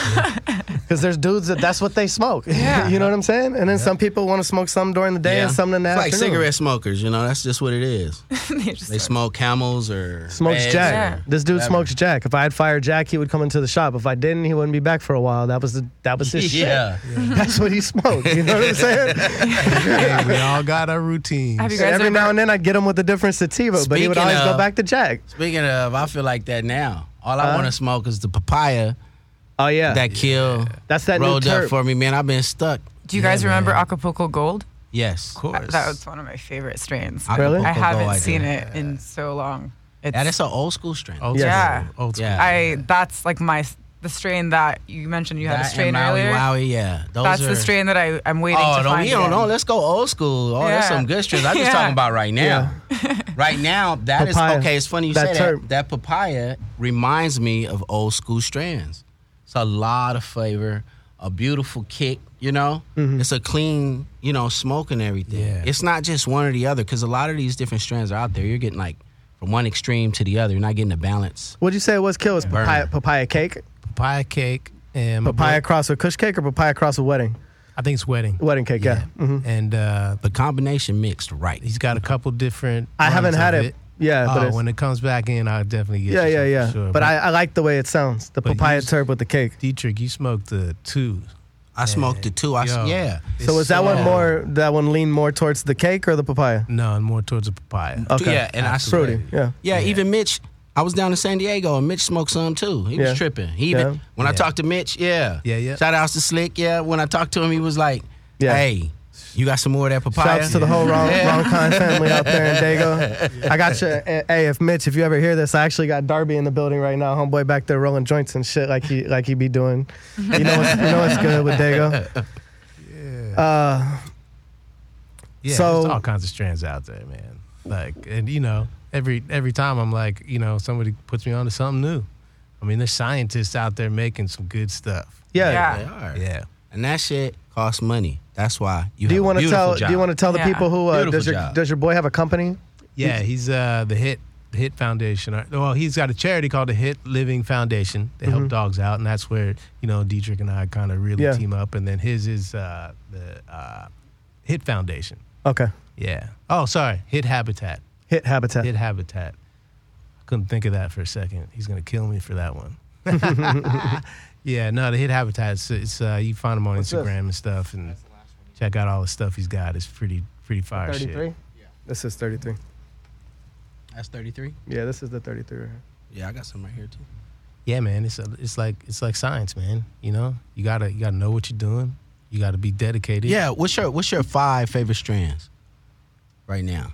[SPEAKER 5] <laughs>
[SPEAKER 2] because there's dudes that that's what they smoke.
[SPEAKER 5] Yeah.
[SPEAKER 2] <laughs> you know what I'm saying? And then some people want to smoke some during the day and some in the
[SPEAKER 7] it's like
[SPEAKER 2] afternoon.
[SPEAKER 7] cigarette smokers, you know. That's just what it is.
[SPEAKER 5] They just-
[SPEAKER 7] They smoke camels or
[SPEAKER 2] Smokes
[SPEAKER 7] Reds
[SPEAKER 2] Jack.
[SPEAKER 5] Yeah.
[SPEAKER 2] This dude smokes Jack. If I had fired Jack, he would come into the shop. If I didn't, he wouldn't be back for a while. That was the that was
[SPEAKER 7] or-
[SPEAKER 2] his
[SPEAKER 7] <laughs> yeah.
[SPEAKER 2] shit. <laughs> That's what he smoked. You know what I'm saying?
[SPEAKER 3] Hey, we all got our routines.
[SPEAKER 5] Have you
[SPEAKER 2] And
[SPEAKER 5] guys
[SPEAKER 2] every
[SPEAKER 5] ever-
[SPEAKER 2] now and then I'd get him with a different sativa, but he would
[SPEAKER 7] Speaking
[SPEAKER 2] always go
[SPEAKER 7] of-
[SPEAKER 2] back to Jack.
[SPEAKER 7] Speaking of, I feel like that now. All I want to smoke is the papaya
[SPEAKER 2] Oh yeah.
[SPEAKER 7] that kill
[SPEAKER 2] That's that new
[SPEAKER 7] rolled up
[SPEAKER 2] terp.
[SPEAKER 7] for me, man. I've been stuck.
[SPEAKER 5] do you guys remember Acapulco Gold?
[SPEAKER 7] Yes, of
[SPEAKER 5] That was one of my favorite strains. I,
[SPEAKER 2] Really?
[SPEAKER 7] Acapulco
[SPEAKER 5] haven't
[SPEAKER 7] Gold, I
[SPEAKER 5] seen
[SPEAKER 7] do.
[SPEAKER 5] it in so long. It's,
[SPEAKER 7] That is an old school strain.
[SPEAKER 3] Old
[SPEAKER 2] Yes.
[SPEAKER 5] Yeah.
[SPEAKER 3] school, old school.
[SPEAKER 7] Yeah.
[SPEAKER 5] I, that's like my, the strain that you mentioned you had
[SPEAKER 7] That
[SPEAKER 5] a strain
[SPEAKER 7] and Maui
[SPEAKER 5] earlier.
[SPEAKER 7] Wowie, yeah. Those
[SPEAKER 5] That's
[SPEAKER 7] are-
[SPEAKER 5] the strain that I, I'm waiting
[SPEAKER 7] Oh,
[SPEAKER 5] to
[SPEAKER 7] don't,
[SPEAKER 5] find.
[SPEAKER 7] we don't
[SPEAKER 5] again.
[SPEAKER 7] know. Let's go old school. Oh, that's
[SPEAKER 5] Yeah.
[SPEAKER 7] some good strains. I'm just
[SPEAKER 5] <laughs> Yeah.
[SPEAKER 7] talking about right now. <laughs> right now, that is
[SPEAKER 2] Papaya.
[SPEAKER 7] okay. It's funny you
[SPEAKER 2] That
[SPEAKER 7] say
[SPEAKER 2] terp.
[SPEAKER 7] that. That papaya reminds me of old school strands. It's a lot of flavor, a beautiful kick. You know,
[SPEAKER 5] Mm-hmm.
[SPEAKER 7] it's a clean, you know, smoke and everything.
[SPEAKER 3] Yeah.
[SPEAKER 7] It's not just one or the other because a lot of these different strands are out there. You're getting like from one extreme to the other. You're not getting a balance.
[SPEAKER 2] What'd you say it was kill? It was papaya, papaya cake?
[SPEAKER 3] Papaya cake and my
[SPEAKER 2] Papaya
[SPEAKER 3] boy-
[SPEAKER 2] cross with kush cake or papaya cross with wedding?
[SPEAKER 3] I think it's wedding.
[SPEAKER 2] Wedding cake, yeah. Mhm.
[SPEAKER 3] And uh,
[SPEAKER 7] The combination mixed right.
[SPEAKER 3] he's got a couple different.
[SPEAKER 2] I haven't
[SPEAKER 3] runs
[SPEAKER 2] had
[SPEAKER 3] of
[SPEAKER 2] it. Yeah, but
[SPEAKER 3] oh,
[SPEAKER 2] it's-
[SPEAKER 3] when it comes back in, I'll definitely get.
[SPEAKER 2] Yeah, yeah,
[SPEAKER 3] you some
[SPEAKER 2] yeah.
[SPEAKER 3] for sure.
[SPEAKER 2] But I, I like the way it sounds. The
[SPEAKER 3] But
[SPEAKER 2] papaya
[SPEAKER 3] you-
[SPEAKER 2] terp with the cake.
[SPEAKER 3] Dietrich, you smoked the two.
[SPEAKER 7] I smoked the two. I s-
[SPEAKER 3] Yo.
[SPEAKER 7] yeah.
[SPEAKER 2] So is that one
[SPEAKER 3] Yeah.
[SPEAKER 2] more? That one lean more towards the cake or the papaya?
[SPEAKER 3] No, more towards the papaya.
[SPEAKER 2] Okay.
[SPEAKER 7] Yeah, and I swear.
[SPEAKER 2] Fruity. Yeah.
[SPEAKER 7] Yeah, even Mitch. I was down in San Diego and Mitch smoked some too. He
[SPEAKER 2] Yeah.
[SPEAKER 7] was tripping. He even
[SPEAKER 2] Yeah.
[SPEAKER 7] when I talked to Mitch, yeah,
[SPEAKER 3] Yeah, yeah.
[SPEAKER 7] Shout outs to Slick, yeah. When I talked to him, he was like,
[SPEAKER 2] Yeah.
[SPEAKER 7] "Hey, you got some more of that papaya?"
[SPEAKER 2] Shouts to the whole wrong wrong kind family out there in Dago. I got you. Hey, if Mitch, if you ever hear this, I actually got Darby in the building right now. Homeboy back there rolling joints and shit like he like he be doing. You know what's, you know what's good with Dago. Uh,
[SPEAKER 3] Yeah,
[SPEAKER 2] So-
[SPEAKER 3] there's all kinds of strands out there, man. Like, and you know, every every time I'm like, you know, somebody puts me onto something new. I mean, there's scientists out there making some good stuff.
[SPEAKER 2] Yeah.
[SPEAKER 5] Yeah.
[SPEAKER 7] They are.
[SPEAKER 3] Yeah.
[SPEAKER 7] and that shit costs money. That's why you.
[SPEAKER 2] Do you
[SPEAKER 7] want to
[SPEAKER 2] tell? Do you want to tell the
[SPEAKER 5] Yeah.
[SPEAKER 2] people who uh,
[SPEAKER 7] Beautiful
[SPEAKER 2] does your
[SPEAKER 7] job.
[SPEAKER 2] does your boy have a company?
[SPEAKER 3] Yeah, he's uh, the Hit the Hit Foundation. Uh, Well, he's got a charity called the Hit Living Foundation. They help dogs out, and that's where you know Dietrich and I kind of really
[SPEAKER 2] Mm-hmm. Yeah.
[SPEAKER 3] team up. And then his is uh, the uh, Hit Foundation.
[SPEAKER 2] Okay.
[SPEAKER 3] Yeah. Oh, sorry, Hit Habitat.
[SPEAKER 2] Hit Habitat.
[SPEAKER 3] Hit Habitat. Couldn't think of that for a second. He's gonna kill me for that
[SPEAKER 2] <laughs>
[SPEAKER 3] one. yeah, no, the Hit Habitat. It's, it's uh, you find him on
[SPEAKER 2] What's
[SPEAKER 3] Instagram
[SPEAKER 2] this?
[SPEAKER 3] and stuff, and check out all the stuff he's got. It's pretty pretty fire
[SPEAKER 2] Thirty three.
[SPEAKER 3] shit.
[SPEAKER 2] This is thirty three.
[SPEAKER 7] That's thirty three.
[SPEAKER 2] Yeah, this is the thirty three.
[SPEAKER 7] Yeah, I got some right here too.
[SPEAKER 3] yeah, man, it's it's like it's like science, man. You know, you gotta you gotta know what you're doing. You gotta be dedicated.
[SPEAKER 7] Yeah, what's your what's your five favorite strands right now?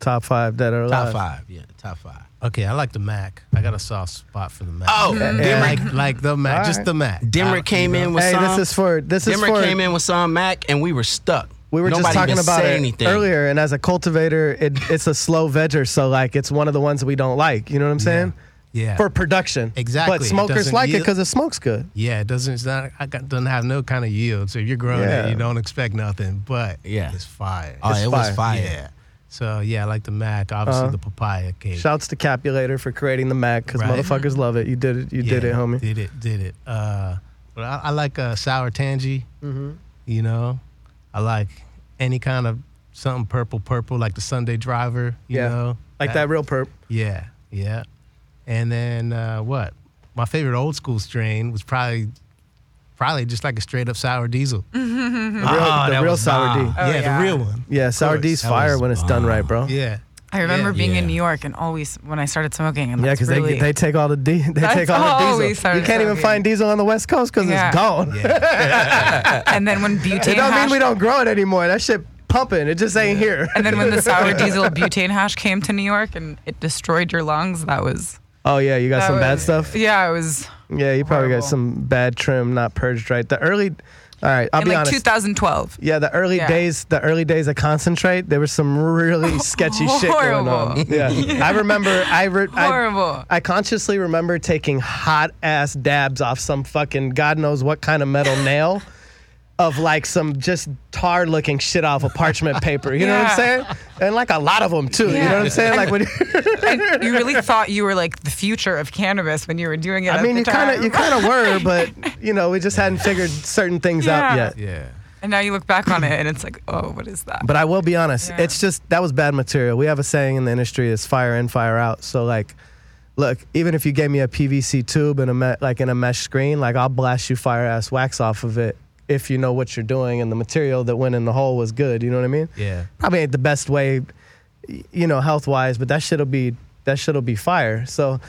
[SPEAKER 2] Top five that are alive.
[SPEAKER 7] Top five. Yeah, top five.
[SPEAKER 3] Okay, I like the Mac. I got a soft spot for the Mac.
[SPEAKER 7] Oh,
[SPEAKER 3] yeah.
[SPEAKER 7] Dimmer,
[SPEAKER 3] like like the Mac,
[SPEAKER 2] All
[SPEAKER 3] just
[SPEAKER 2] right.
[SPEAKER 3] the Mac. I- you
[SPEAKER 7] Dimmer came
[SPEAKER 3] know.
[SPEAKER 7] in with
[SPEAKER 2] Hey,
[SPEAKER 7] some.
[SPEAKER 2] this is for this is
[SPEAKER 7] Dimmer
[SPEAKER 2] for
[SPEAKER 7] came in with some Mac, and we were stuck.
[SPEAKER 2] We were
[SPEAKER 7] Nobody
[SPEAKER 2] just talking
[SPEAKER 7] even
[SPEAKER 2] about
[SPEAKER 7] said
[SPEAKER 2] it
[SPEAKER 7] anything.
[SPEAKER 2] earlier, and as a cultivator, it, it's a slow vegger, so like it's one of the ones that we don't like. You know what I'm saying?
[SPEAKER 3] Yeah.
[SPEAKER 2] For production,
[SPEAKER 3] Exactly.
[SPEAKER 2] But
[SPEAKER 3] It
[SPEAKER 2] smokers
[SPEAKER 3] doesn't
[SPEAKER 2] like it
[SPEAKER 3] yield-
[SPEAKER 2] because it smokes good.
[SPEAKER 3] Yeah, it doesn't. It's not. I got, doesn't have no kind of yield. So if you're growing
[SPEAKER 2] Yeah.
[SPEAKER 3] it, you don't expect nothing. But
[SPEAKER 7] Yeah.
[SPEAKER 3] it's fire.
[SPEAKER 7] Oh, it was
[SPEAKER 2] fire.
[SPEAKER 7] fire.
[SPEAKER 3] yeah. So yeah, I like the Mac. Obviously,
[SPEAKER 2] Uh-huh.
[SPEAKER 3] the papaya cake.
[SPEAKER 2] Shouts to Capulator for creating the Mac because
[SPEAKER 3] Right.
[SPEAKER 2] motherfuckers love it. You did it. You did
[SPEAKER 3] Yeah,
[SPEAKER 2] it, homie.
[SPEAKER 3] Did it, did it. Uh, but I, I like uh, sour tangy.
[SPEAKER 2] Mm-hmm.
[SPEAKER 3] You know, I like any kind of something purple, purple like the Sunday Driver. You
[SPEAKER 2] Yeah.
[SPEAKER 3] know,
[SPEAKER 2] Like that real perp.
[SPEAKER 3] Yeah, yeah. And then uh, what? My favorite old school strain was probably, probably just like a straight up sour diesel.
[SPEAKER 7] Ah,
[SPEAKER 2] The real, the real sour D.
[SPEAKER 5] Mm. Oh,
[SPEAKER 3] yeah,
[SPEAKER 5] yeah.
[SPEAKER 3] the real one.
[SPEAKER 2] Yeah, sour
[SPEAKER 3] course.
[SPEAKER 2] D's
[SPEAKER 7] That
[SPEAKER 2] fire
[SPEAKER 7] was
[SPEAKER 2] when it's done
[SPEAKER 7] bomb.
[SPEAKER 2] right, bro. Yeah,
[SPEAKER 3] Yeah.
[SPEAKER 5] I remember being
[SPEAKER 7] Yeah.
[SPEAKER 5] in New York and always when I started smoking. And
[SPEAKER 2] because
[SPEAKER 5] that's really,
[SPEAKER 2] they they take all the D. They
[SPEAKER 5] That's
[SPEAKER 2] take all
[SPEAKER 5] all
[SPEAKER 2] the
[SPEAKER 5] we
[SPEAKER 2] diesel.
[SPEAKER 5] started
[SPEAKER 2] You can't even
[SPEAKER 5] smoking.
[SPEAKER 2] find diesel on the West Coast because
[SPEAKER 5] Yeah.
[SPEAKER 2] it's gone.
[SPEAKER 5] and then when
[SPEAKER 2] <laughs>
[SPEAKER 5] butane
[SPEAKER 2] It don't mean
[SPEAKER 5] hash,
[SPEAKER 2] we don't grow it anymore. That shit pumping. It just ain't
[SPEAKER 5] <laughs>
[SPEAKER 2] here.
[SPEAKER 5] and then when the
[SPEAKER 2] <laughs>
[SPEAKER 5] sour diesel butane hash came to New York and it destroyed your lungs, that was
[SPEAKER 2] Oh yeah, you got
[SPEAKER 5] that
[SPEAKER 2] some bad
[SPEAKER 5] was-
[SPEAKER 2] stuff.
[SPEAKER 5] Yeah, it was
[SPEAKER 2] Yeah, you probably got
[SPEAKER 5] Horrible.
[SPEAKER 2] some bad trim not purged right. The early All right, I'll
[SPEAKER 5] in
[SPEAKER 2] be
[SPEAKER 5] like
[SPEAKER 2] honest.
[SPEAKER 5] 2012.
[SPEAKER 2] yeah, the early
[SPEAKER 5] Yeah.
[SPEAKER 2] days, the early days of concentrate, there was some
[SPEAKER 5] <laughs>
[SPEAKER 2] really sketchy shit going on.
[SPEAKER 5] Horrible.
[SPEAKER 2] Yeah, I remember. I, re- I-
[SPEAKER 5] Horrible.
[SPEAKER 2] I consciously remember taking hot ass dabs off some fucking God knows what kind of
[SPEAKER 5] <laughs>
[SPEAKER 2] metal nail of like some just tar looking shit off of parchment paper. You know what I'm saying?
[SPEAKER 5] Yeah.
[SPEAKER 2] And like a lot of them too. You know what I'm
[SPEAKER 5] Yeah.
[SPEAKER 2] saying? Like
[SPEAKER 5] <laughs>
[SPEAKER 2] when <laughs>
[SPEAKER 5] And you really thought you were like the future of cannabis when you were doing it.
[SPEAKER 2] I
[SPEAKER 5] at
[SPEAKER 2] mean,
[SPEAKER 5] the
[SPEAKER 2] you kind of
[SPEAKER 5] time.
[SPEAKER 2] you kind of were, but you know, we just hadn't figured certain things out
[SPEAKER 5] Yeah.
[SPEAKER 2] yet.
[SPEAKER 3] Yeah.
[SPEAKER 5] And now you look back on it and it's like, oh, what is that?
[SPEAKER 2] But I will be honest,
[SPEAKER 5] Yeah.
[SPEAKER 2] it's just that was bad material. We have a saying in the industry: "It's fire in, fire out." So like, look, even if you gave me a PVC tube and a me- like in a mesh screen, like I'll blast you fire ass wax off of it if you know what you're doing and the material that went in the hole was good. You know what I mean?
[SPEAKER 3] Yeah.
[SPEAKER 2] Probably ain't the best way, y- you know, health wise, but that shit'll be that shit'll be fire. So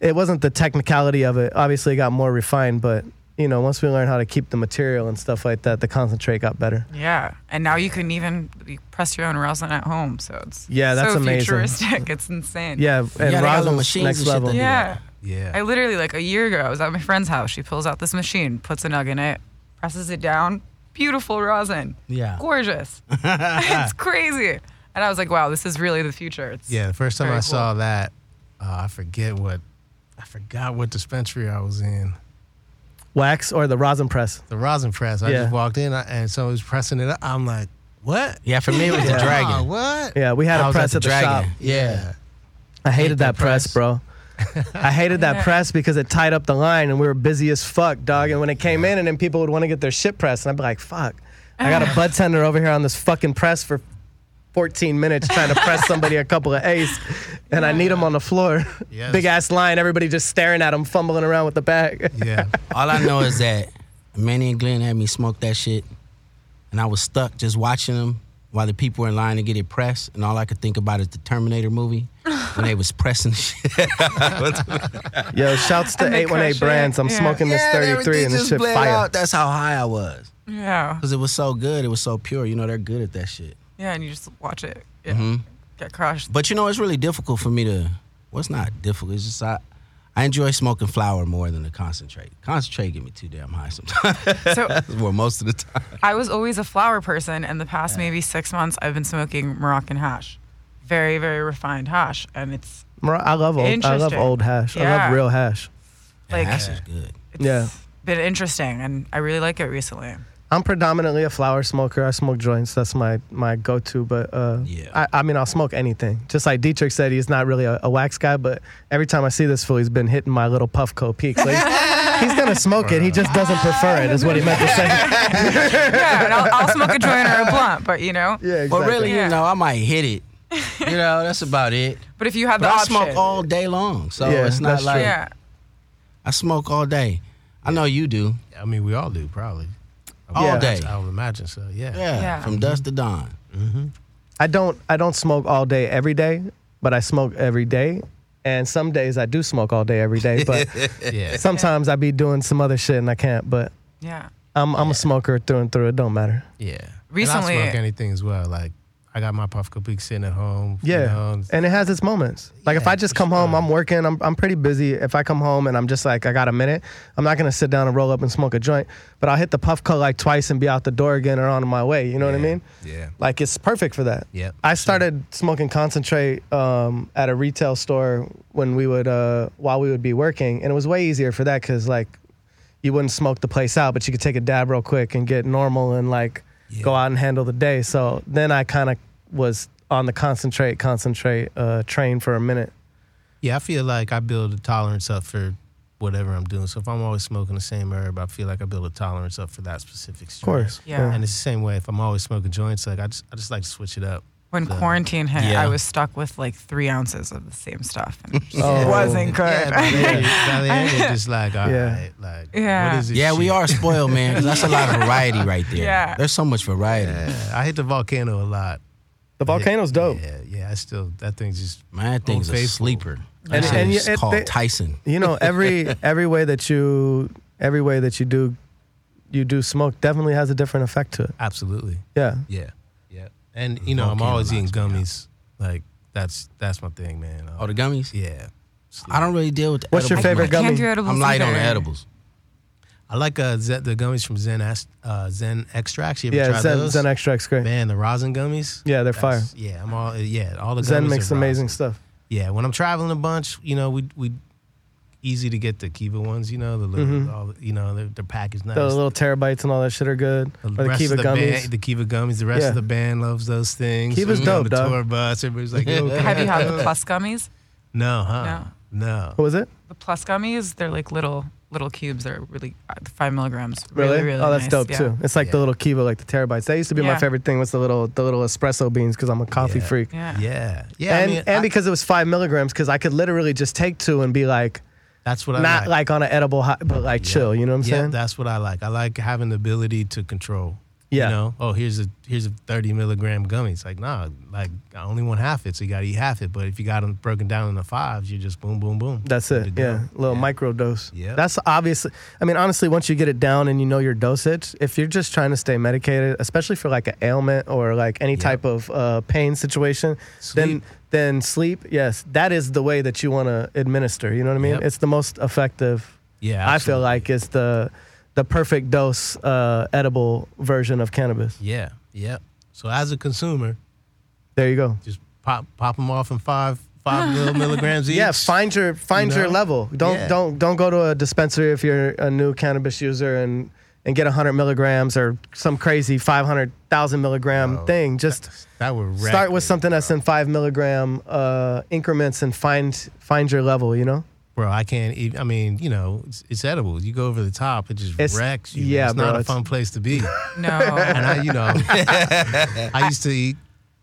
[SPEAKER 2] it wasn't the technicality of it. Obviously, it got more refined, but. You know, once we learned how to keep the material and stuff like that, the concentrate got better.
[SPEAKER 5] Yeah, and now you can even you press your own rosin at home, so it's
[SPEAKER 2] Yeah, that's
[SPEAKER 5] so
[SPEAKER 2] amazing.
[SPEAKER 5] futuristic. <laughs> It's insane.
[SPEAKER 2] Yeah, and
[SPEAKER 7] got all the
[SPEAKER 2] rosin's
[SPEAKER 7] machines
[SPEAKER 2] next
[SPEAKER 7] and shit
[SPEAKER 2] level.
[SPEAKER 7] that-
[SPEAKER 5] yeah.
[SPEAKER 3] Yeah.
[SPEAKER 5] I literally like a year ago, I was at my friend's house. She pulls out this machine, puts a nug in it, presses it down. Beautiful rosin.
[SPEAKER 7] Yeah.
[SPEAKER 3] <laughs>
[SPEAKER 5] gorgeous. it's crazy. And I was like, wow, this is really the future. It's,
[SPEAKER 3] Yeah, the first time I
[SPEAKER 5] Very cool.
[SPEAKER 3] saw that, uh, I forget what, I forgot what dispensary I was in.
[SPEAKER 2] Wax or the rosin press.
[SPEAKER 3] The rosin press. I
[SPEAKER 2] Yeah.
[SPEAKER 3] just walked in, I, and someone was pressing it up. I'm like, what?
[SPEAKER 7] Yeah, for me it was the
[SPEAKER 1] Oh,
[SPEAKER 3] Ah,
[SPEAKER 7] dragon.
[SPEAKER 3] what?
[SPEAKER 2] Yeah, we had
[SPEAKER 7] I
[SPEAKER 2] a
[SPEAKER 7] was
[SPEAKER 2] press
[SPEAKER 7] at the
[SPEAKER 2] shop.
[SPEAKER 7] dragon. Yeah.
[SPEAKER 2] I hated that press,
[SPEAKER 7] <laughs>
[SPEAKER 3] press.
[SPEAKER 2] bro. I hated that
[SPEAKER 5] Yeah.
[SPEAKER 2] press because it tied up the line and we were busy as fuck, dog. And when it came in, and then people would want to get their shit pressed, and I'd be like, fuck, I
[SPEAKER 5] <sighs>
[SPEAKER 2] got a bud tender over here on this fucking press for 14 minutes trying to press somebody a couple of ace, and I need them on the floor.
[SPEAKER 3] Yes.
[SPEAKER 2] Big ass line, everybody just staring at them, fumbling around with the bag.
[SPEAKER 3] Yeah.
[SPEAKER 7] All I know is that Manny and Glenn had me smoke that shit, and I was stuck just watching them while the people were in line to get it pressed, and all I could think about is the Terminator movie when they was pressing the <laughs> shit.
[SPEAKER 2] Yo, shouts to
[SPEAKER 5] And they
[SPEAKER 2] 818
[SPEAKER 5] crush it.
[SPEAKER 2] Brands. I'm
[SPEAKER 5] Yeah.
[SPEAKER 2] smoking this 33 and this shit fire.
[SPEAKER 7] That's how high I was
[SPEAKER 5] yeah,
[SPEAKER 7] because it was so good. It was so pure. You know they're good at that shit.
[SPEAKER 5] yeah. And you just watch it yeah,
[SPEAKER 3] Mm-hmm.
[SPEAKER 5] get crushed.
[SPEAKER 7] But you know, it's really difficult for me to. Well, it's not difficult. It's just I, I enjoy smoking flower more than the concentrate. Concentrate get me too damn high sometimes. <laughs>
[SPEAKER 5] So
[SPEAKER 7] well, most of the time.
[SPEAKER 5] I was always a flower person, and the past maybe six months, I've been smoking Moroccan hash, very very refined hash, and it's
[SPEAKER 2] Mar- I love old. I love
[SPEAKER 5] Interesting.
[SPEAKER 2] old hash. I
[SPEAKER 5] Yeah.
[SPEAKER 2] love real hash.
[SPEAKER 5] Like-
[SPEAKER 7] Like, is good.
[SPEAKER 5] it's
[SPEAKER 2] Yeah.
[SPEAKER 5] been interesting, and I really like it recently. <laughs>
[SPEAKER 2] I'm predominantly a flower smoker. I smoke joints. That's my my go to. But uh,
[SPEAKER 7] Yeah.
[SPEAKER 2] I, I mean, I'll smoke anything. Just like Dietrich said, he's not really a, a wax guy. But every time I see this fool, he's been hitting my little puffco peaks.
[SPEAKER 5] <laughs>
[SPEAKER 2] Like, he's gonna smoke it. He just doesn't prefer it. Is what he meant to
[SPEAKER 5] <laughs>
[SPEAKER 2] say.
[SPEAKER 5] yeah, and I'll, I'll smoke a joint or a blunt, but you know.
[SPEAKER 2] Yeah, exactly.
[SPEAKER 7] Well, really,
[SPEAKER 5] Yeah.
[SPEAKER 7] you know, I might hit
[SPEAKER 5] <laughs>
[SPEAKER 7] it. You know, that's about it.
[SPEAKER 5] But if you have
[SPEAKER 7] But
[SPEAKER 5] the
[SPEAKER 7] I
[SPEAKER 5] option,
[SPEAKER 7] smoke all day long, so
[SPEAKER 2] Yeah,
[SPEAKER 7] it's not
[SPEAKER 2] that's true.
[SPEAKER 7] like
[SPEAKER 5] yeah,
[SPEAKER 7] I smoke all day. I know you do
[SPEAKER 3] I mean, we all do probably.
[SPEAKER 7] all
[SPEAKER 2] Yeah.
[SPEAKER 7] day.
[SPEAKER 3] I would imagine so. Yeah.
[SPEAKER 7] Yeah,
[SPEAKER 5] Yeah.
[SPEAKER 7] from dusk to dawn.
[SPEAKER 2] I don't I don't smoke all day every day, but I smoke every day. And some days I do smoke all day every day, but
[SPEAKER 3] Yeah.
[SPEAKER 2] sometimes I be doing some other shit and I can't. But
[SPEAKER 5] yeah.
[SPEAKER 2] I'm I'm a smoker through and through. It don't matter.
[SPEAKER 3] Yeah.
[SPEAKER 5] Recently-
[SPEAKER 3] and I smoke anything as well. Like, I got my puff cookies sitting at home. you
[SPEAKER 2] Yeah,
[SPEAKER 3] know,
[SPEAKER 2] and it has its moments. Like if
[SPEAKER 3] Yeah,
[SPEAKER 2] I just
[SPEAKER 3] for
[SPEAKER 2] come home,
[SPEAKER 3] sure.
[SPEAKER 2] I'm working, I'm I'm pretty busy. If I come home and I'm just like I got a minute, I'm not gonna sit down and roll up and smoke a joint. But I'll hit the puff cut like twice and be out the door again or on my way. You know what I mean?
[SPEAKER 3] yeah.
[SPEAKER 2] Like it's perfect for that.
[SPEAKER 3] Yep,
[SPEAKER 2] I
[SPEAKER 3] sure.
[SPEAKER 2] started smoking concentrate um, at a retail store when we would uh, while we would be working, and it was way easier for that because like you wouldn't smoke the place out, but you could take a dab real quick and get normal and like go out and handle the day. So then I kind of was on the concentrate concentrate uh, train for a minute.
[SPEAKER 3] Yeah, I feel like I build a tolerance up for whatever I'm doing. So if I'm always smoking the same herb, I feel like I build a tolerance up for that specific stress.
[SPEAKER 2] course.
[SPEAKER 5] Yeah.
[SPEAKER 3] And it's the same way if I'm always smoking joints, like I just I just like to switch
[SPEAKER 2] <laughs>
[SPEAKER 3] it up.
[SPEAKER 5] When quarantine hit,
[SPEAKER 7] Yeah.
[SPEAKER 5] I was stuck with like three ounces of the same stuff. And it just
[SPEAKER 2] Oh.
[SPEAKER 5] wasn't good.
[SPEAKER 3] Yeah, by the end, by the end, it's just like, all
[SPEAKER 2] Yeah.
[SPEAKER 3] right, like
[SPEAKER 5] Yeah.
[SPEAKER 3] what is this?
[SPEAKER 7] Yeah, we
[SPEAKER 3] shit?
[SPEAKER 7] are spoiled, man. 'cause That's a lot of variety right there.
[SPEAKER 5] <laughs> Yeah.
[SPEAKER 7] There's so much variety.
[SPEAKER 3] Yeah, I hit the volcano a lot.
[SPEAKER 2] The volcano's dope.
[SPEAKER 3] Yeah, yeah. I still that thing's just
[SPEAKER 7] Man, that thing's
[SPEAKER 3] Old
[SPEAKER 7] a
[SPEAKER 3] Faithful.
[SPEAKER 7] sleeper.
[SPEAKER 2] And-
[SPEAKER 7] And,
[SPEAKER 2] and
[SPEAKER 7] it's
[SPEAKER 2] yet
[SPEAKER 7] called
[SPEAKER 2] they-
[SPEAKER 7] Tyson.
[SPEAKER 2] You know
[SPEAKER 3] <laughs>
[SPEAKER 2] every every way that you every way that you do you do smoke definitely has a different effect to it.
[SPEAKER 3] absolutely.
[SPEAKER 2] Yeah.
[SPEAKER 3] Yeah, yeah. And you know, I'm
[SPEAKER 7] Volcano
[SPEAKER 3] always eating
[SPEAKER 7] knocks me out.
[SPEAKER 3] gummies. Like that's that's my thing, man. Uh,
[SPEAKER 7] Oh, the gummies?
[SPEAKER 3] yeah.
[SPEAKER 7] I don't really deal with the
[SPEAKER 2] What's your
[SPEAKER 7] edibles
[SPEAKER 2] favorite
[SPEAKER 7] much.
[SPEAKER 2] gummy?
[SPEAKER 5] Can't do edibles
[SPEAKER 7] I'm light on
[SPEAKER 5] either.
[SPEAKER 7] the edibles.
[SPEAKER 3] I like uh, Zen, the gummies from Zen Ast- uh, Zen Extracts. You ever
[SPEAKER 2] Yeah,
[SPEAKER 3] tried
[SPEAKER 2] Zen,
[SPEAKER 3] those?
[SPEAKER 2] Zen extract's great.
[SPEAKER 3] Man, the rosin gummies.
[SPEAKER 2] Yeah, they're
[SPEAKER 3] That's- Yeah, I'm all yeah. All the gummies
[SPEAKER 2] Zen
[SPEAKER 3] are
[SPEAKER 2] makes
[SPEAKER 3] rosin.
[SPEAKER 2] amazing stuff.
[SPEAKER 3] Yeah, when I'm traveling a bunch, you know, we we easy to get the Kiva ones. You know, the little, all, the- you know, they're, they're packaged nice.
[SPEAKER 2] Mm-hmm. The little terabytes and all that shit are good. Or the
[SPEAKER 3] rest
[SPEAKER 2] Kiva
[SPEAKER 3] of the
[SPEAKER 2] gummies.
[SPEAKER 3] Band, the Kiva gummies. The rest
[SPEAKER 2] Yeah.
[SPEAKER 3] of the band loves those things.
[SPEAKER 2] Kiva's
[SPEAKER 3] We on
[SPEAKER 2] dope,
[SPEAKER 3] the
[SPEAKER 2] dog.
[SPEAKER 3] tour bus, everybody's
[SPEAKER 2] <laughs>
[SPEAKER 3] like, Yo, can I
[SPEAKER 5] Have you
[SPEAKER 3] have
[SPEAKER 5] had the
[SPEAKER 3] those?
[SPEAKER 5] plus gummies?
[SPEAKER 3] No, huh? No.
[SPEAKER 2] what was it?
[SPEAKER 5] The plus gummies, they're like little little cubes. They're really uh, five milligrams.
[SPEAKER 2] Really?
[SPEAKER 5] Really, really
[SPEAKER 2] oh, that's
[SPEAKER 5] nice.
[SPEAKER 2] dope
[SPEAKER 5] Yeah.
[SPEAKER 2] too. It's like the
[SPEAKER 3] Yeah.
[SPEAKER 2] little Kiva, like the terabytes. That used to be my
[SPEAKER 5] Yeah.
[SPEAKER 2] favorite thing. Was the little the little espresso beans because I'm a coffee
[SPEAKER 3] Yeah.
[SPEAKER 2] freak.
[SPEAKER 5] Yeah.
[SPEAKER 3] Yeah, yeah. I
[SPEAKER 2] And
[SPEAKER 3] mean,
[SPEAKER 2] and
[SPEAKER 3] I-
[SPEAKER 2] because it was five milligrams, because I could literally just take two and be like,
[SPEAKER 3] that's what I
[SPEAKER 2] not
[SPEAKER 3] like.
[SPEAKER 2] like on an edible, high, but like chill. You know what I'm
[SPEAKER 3] yeah,
[SPEAKER 2] saying?
[SPEAKER 3] that's what I like. I like having the ability to control.
[SPEAKER 2] Yeah.
[SPEAKER 3] You know, oh here's a here's a thirty milligram gummy. It's like nah, like I only want half it, so you gotta eat half it. But if you got them broken down into fives, you're just boom, boom, boom.
[SPEAKER 2] That's
[SPEAKER 3] Good
[SPEAKER 2] it.
[SPEAKER 3] to
[SPEAKER 2] Yeah.
[SPEAKER 3] go.
[SPEAKER 2] Little micro dose.
[SPEAKER 3] Yeah.
[SPEAKER 2] That's obviously, I mean, honestly, once you get it down and you know your dosage, if you're just trying to stay medicated, especially for like an ailment or like any type of uh, pain situation, then
[SPEAKER 3] Sleep.
[SPEAKER 2] then sleep, yes, that is the way that you want to administer. You know what I mean?
[SPEAKER 3] Yep.
[SPEAKER 2] It's the most effective.
[SPEAKER 3] Yeah,
[SPEAKER 2] I feel
[SPEAKER 3] absolutely.
[SPEAKER 2] like it's the the perfect dose uh, edible version of cannabis.
[SPEAKER 3] Yeah, yeah. So as a consumer,
[SPEAKER 2] There you go.
[SPEAKER 3] just pop pop them off in five five little milligrams each.
[SPEAKER 2] Yeah, find your find your
[SPEAKER 3] know?
[SPEAKER 2] level. Don't
[SPEAKER 3] Yeah.
[SPEAKER 2] don't don't go to a dispensary if you're a new cannabis user and and get 100 milligrams or some crazy 500,000 milligram thing. Just
[SPEAKER 3] That would wreck
[SPEAKER 2] start
[SPEAKER 3] me,
[SPEAKER 2] with something Oh, that's in five milligram uh, increments and find find your level. You know,
[SPEAKER 3] bro. I can't. Even, I mean, you know, it's, it's edible. You go over the top, it just
[SPEAKER 2] It's-
[SPEAKER 3] wrecks you.
[SPEAKER 2] yeah,
[SPEAKER 3] it's not
[SPEAKER 2] bro,
[SPEAKER 3] a
[SPEAKER 2] it's-
[SPEAKER 3] fun place
[SPEAKER 2] <laughs>
[SPEAKER 3] to be.
[SPEAKER 5] No.
[SPEAKER 3] and I, you know, I used to eat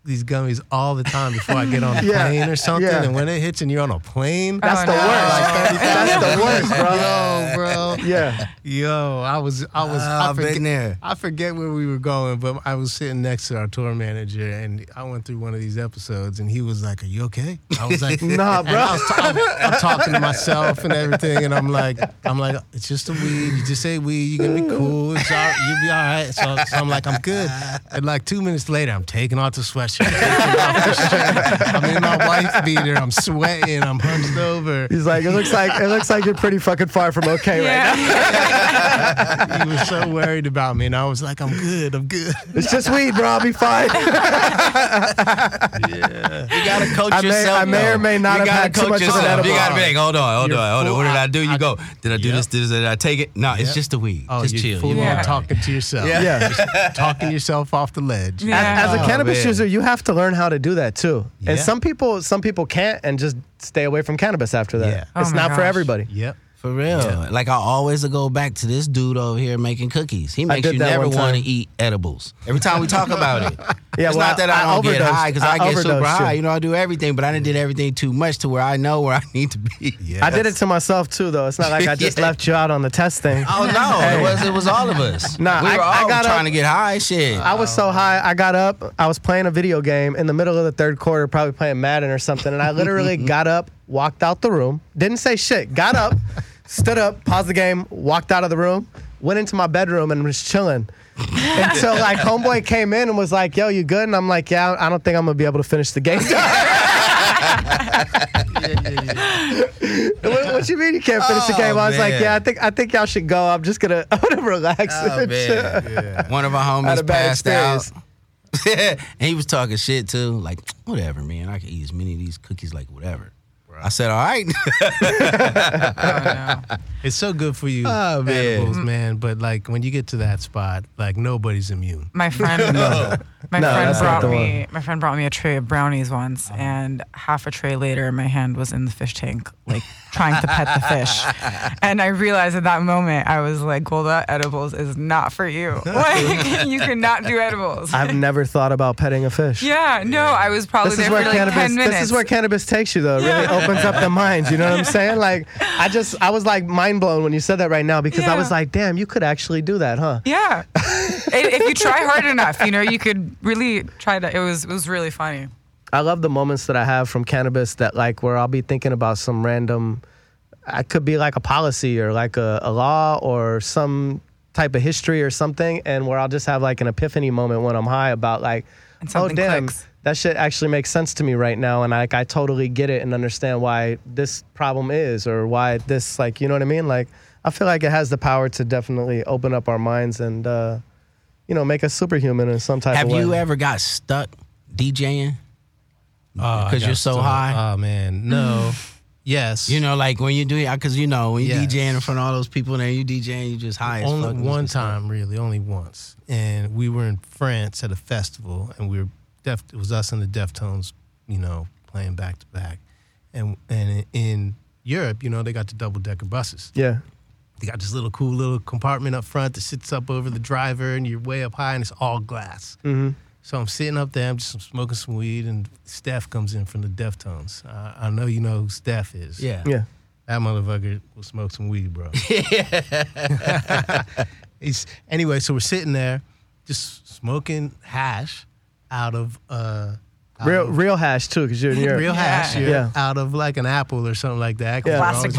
[SPEAKER 3] these gummies all the time before I get on a
[SPEAKER 2] Yeah.
[SPEAKER 3] plane or something.
[SPEAKER 2] Yeah.
[SPEAKER 3] And when it hits and you're on a plane,
[SPEAKER 2] that's
[SPEAKER 5] Oh,
[SPEAKER 2] the
[SPEAKER 7] <laughs>
[SPEAKER 5] no.
[SPEAKER 2] worst. <laughs> that's the worst, bro.
[SPEAKER 3] <laughs> yo, bro,
[SPEAKER 2] <laughs> Yeah, Ah,
[SPEAKER 3] yo, I was, I was, I,
[SPEAKER 4] I've been
[SPEAKER 3] forget,
[SPEAKER 4] there.
[SPEAKER 3] I forget where we were going, but I was sitting next to our tour manager, and I went through one of these episodes, and he was like, "Are you okay?" I was like,
[SPEAKER 2] <laughs> Nah,
[SPEAKER 3] and
[SPEAKER 2] bro.
[SPEAKER 3] I was ta- I'm, I'm talking to myself and everything, and I'm like, I'm like, it's just a weed. You just say weed. You gonna be cool. It's all, you'll be all right. So, so I'm like, I'm good. And like two minutes later, I'm taking off the sweatshirt. taking off the shirt. I'm in my wife beater. I'm sweating. I'm hunched over.
[SPEAKER 2] he's like, it looks like it looks like you're pretty fucking far from okay right now.
[SPEAKER 5] yeah.
[SPEAKER 3] He was so worried about me, and I was like, I'm good. I'm good.
[SPEAKER 2] It's just weed, bro. I'll be
[SPEAKER 7] <laughs>
[SPEAKER 2] fine.
[SPEAKER 7] You gotta coach
[SPEAKER 2] I may-
[SPEAKER 7] yourself.
[SPEAKER 2] I may or
[SPEAKER 7] though.
[SPEAKER 2] may not
[SPEAKER 7] you
[SPEAKER 2] have
[SPEAKER 7] gotta
[SPEAKER 2] had too
[SPEAKER 7] coach
[SPEAKER 2] much of an
[SPEAKER 7] yourself.
[SPEAKER 2] edible.
[SPEAKER 7] You gotta be like, hold on, hold
[SPEAKER 3] You're
[SPEAKER 7] on, hold on. What
[SPEAKER 3] full-
[SPEAKER 7] did I do? You
[SPEAKER 3] I-
[SPEAKER 7] go. Did I do
[SPEAKER 3] Yep.
[SPEAKER 7] this? Did, this? did I take it? No, it's
[SPEAKER 3] Yep.
[SPEAKER 7] just a weed.
[SPEAKER 3] Oh,
[SPEAKER 7] just
[SPEAKER 3] you're
[SPEAKER 7] chill.
[SPEAKER 3] full
[SPEAKER 7] You're
[SPEAKER 3] on
[SPEAKER 7] all right.
[SPEAKER 3] talking to yourself.
[SPEAKER 2] Yeah.
[SPEAKER 3] talking yourself off the ledge. Uh,
[SPEAKER 5] Yeah.
[SPEAKER 2] As a
[SPEAKER 7] Oh,
[SPEAKER 2] cannabis
[SPEAKER 7] man.
[SPEAKER 2] user, you have to learn how to do that too. And
[SPEAKER 3] Yeah.
[SPEAKER 2] some people, some people can't, and just stay away from cannabis after that.
[SPEAKER 3] Yeah.
[SPEAKER 5] Oh
[SPEAKER 2] it's
[SPEAKER 5] my
[SPEAKER 2] not for
[SPEAKER 5] gosh.
[SPEAKER 2] everybody.
[SPEAKER 3] Yep.
[SPEAKER 7] For real. Like I always go back to this dude over here making cookies. He makes
[SPEAKER 2] did
[SPEAKER 7] you
[SPEAKER 2] that
[SPEAKER 7] never
[SPEAKER 2] one time.
[SPEAKER 7] want to eat edibles. Every time
[SPEAKER 2] <laughs>
[SPEAKER 7] we talk about it.
[SPEAKER 2] Yeah,
[SPEAKER 7] it's
[SPEAKER 2] well,
[SPEAKER 7] not that I,
[SPEAKER 2] I- I
[SPEAKER 7] don't get
[SPEAKER 2] overdosed.
[SPEAKER 7] high because
[SPEAKER 2] I
[SPEAKER 7] I, get
[SPEAKER 2] overdosed
[SPEAKER 7] super high.
[SPEAKER 2] you.
[SPEAKER 7] You know, I do everything, but I done did everything too much to where I know where I need to be.
[SPEAKER 2] I did it to myself too, though. It's not
[SPEAKER 7] <laughs>
[SPEAKER 2] like I just
[SPEAKER 7] Yeah.
[SPEAKER 2] left you out on the test thing.
[SPEAKER 7] Oh no!
[SPEAKER 2] Hey.
[SPEAKER 7] It was it was all of us.
[SPEAKER 2] Nah,
[SPEAKER 7] we
[SPEAKER 2] I-
[SPEAKER 7] were all
[SPEAKER 2] I got
[SPEAKER 7] trying
[SPEAKER 2] up-
[SPEAKER 7] to get high. Shit.
[SPEAKER 2] I was so high, I got up. I was playing a video game in the middle of the third quarter, probably playing Madden or something. And I
[SPEAKER 7] <laughs>
[SPEAKER 2] literally got up, walked out the room, didn't say shit, got up, stood up, paused the game, walked out of the room, went into my bedroom, and was chilling. Until
[SPEAKER 7] <laughs>
[SPEAKER 2] like homeboy came in and was like, "Yo, you good?" And I'm like, "Yeah, I don't think I'm gonna be able to finish the game." <laughs> what, what you mean you can't finish the
[SPEAKER 7] Oh,
[SPEAKER 2] game? I was like,
[SPEAKER 7] man.
[SPEAKER 2] "Yeah, I think I think y'all should go. I'm just gonna <laughs> I'm gonna relax."
[SPEAKER 7] Oh,
[SPEAKER 2] and chill."
[SPEAKER 7] man. One of our
[SPEAKER 2] Had a bad
[SPEAKER 7] homies passed out. and <laughs> he was talking shit too. Like, whatever, man. I can eat as many of these cookies, like, whatever. I said, all right.
[SPEAKER 5] Oh, no.
[SPEAKER 3] It's so good for you,
[SPEAKER 7] Oh, man.
[SPEAKER 3] edibles, Ah, man. Mm. But like when you get to that spot, like nobody's immune.
[SPEAKER 2] <laughs>
[SPEAKER 5] My friend, my
[SPEAKER 2] No,
[SPEAKER 5] friend
[SPEAKER 2] that's not
[SPEAKER 5] brought
[SPEAKER 2] the Uh-huh.
[SPEAKER 5] me my friend brought me a tray of brownies once, and half a tray later, my hand was in the fish tank, like trying to pet the
[SPEAKER 2] <laughs>
[SPEAKER 5] fish, and I realized at that moment I was like, "Well, that edibles is not for
[SPEAKER 2] <laughs>
[SPEAKER 5] you. Like, you cannot do edibles."
[SPEAKER 2] I've
[SPEAKER 5] <laughs>
[SPEAKER 2] never thought about petting a fish.
[SPEAKER 5] yeah, no, I was probably
[SPEAKER 2] this
[SPEAKER 5] there
[SPEAKER 2] is where
[SPEAKER 5] for like
[SPEAKER 2] cannabis.
[SPEAKER 5] ten minutes.
[SPEAKER 2] This is where cannabis takes you, though. It Really opens up the mind. You know
[SPEAKER 5] <laughs>
[SPEAKER 2] what I'm saying? Like, I just, I was like mind blown when you said that right now because I
[SPEAKER 5] Yeah.
[SPEAKER 2] was like, damn, you could actually do that, huh?
[SPEAKER 5] <laughs>
[SPEAKER 2] <laughs>
[SPEAKER 5] yeah, if if you try hard enough, you know you could really try to. It was it was really funny.
[SPEAKER 2] I love the moments that I have from cannabis that like where I'll be thinking about some random I could be like a policy or like a, a law or some type of history or something and where I'll just have like an epiphany moment when I'm high about like
[SPEAKER 5] And
[SPEAKER 2] oh
[SPEAKER 5] something
[SPEAKER 2] damn
[SPEAKER 5] clicks.
[SPEAKER 2] that shit actually makes sense to me right now, and like I totally get it and understand why this problem is or why this like you know what I mean. Like I feel like it has the power to definitely open up our minds and uh, you know make us superhuman in some type
[SPEAKER 7] Have
[SPEAKER 2] of way.
[SPEAKER 7] you ever got stuck DJing?
[SPEAKER 3] Oh, Ah, I
[SPEAKER 7] Because you're
[SPEAKER 3] got
[SPEAKER 7] so
[SPEAKER 3] stoned.
[SPEAKER 7] high?
[SPEAKER 3] Oh man, no. <sighs> yes.
[SPEAKER 7] You know, like when you do it, because you know when you
[SPEAKER 3] Yes.
[SPEAKER 7] DJing in front of all those people, and then you DJing, you just high as fuck.
[SPEAKER 3] only
[SPEAKER 7] and
[SPEAKER 3] one
[SPEAKER 7] just get
[SPEAKER 3] time really, only once. And we were in France at a festival, and we were def. It was us and the Deftones, you know, playing back to back. And and in Europe, you know, they got the double decker buses.
[SPEAKER 2] yeah,
[SPEAKER 3] They got this little cool little compartment up front that sits up over the driver, and you're way up high, and it's all glass. Mm-hmm. So I'm sitting up there, I'm just smoking some weed, and Steph comes in from the Deftones. I, I know you know who Steph is.
[SPEAKER 7] stuck. Yeah.
[SPEAKER 2] yeah.
[SPEAKER 3] That motherfucker will smoke some weed, bro. <laughs> He's, anyway, so we're sitting there just smoking hash out of uh, out
[SPEAKER 2] Real
[SPEAKER 3] of-
[SPEAKER 2] Um, real hash too, because you're in Europe.
[SPEAKER 3] real hash
[SPEAKER 5] Yeah.
[SPEAKER 3] you're
[SPEAKER 2] Yeah.
[SPEAKER 3] out of like an apple or something like that. 'cause
[SPEAKER 2] Yeah.
[SPEAKER 3] we're
[SPEAKER 5] Plastic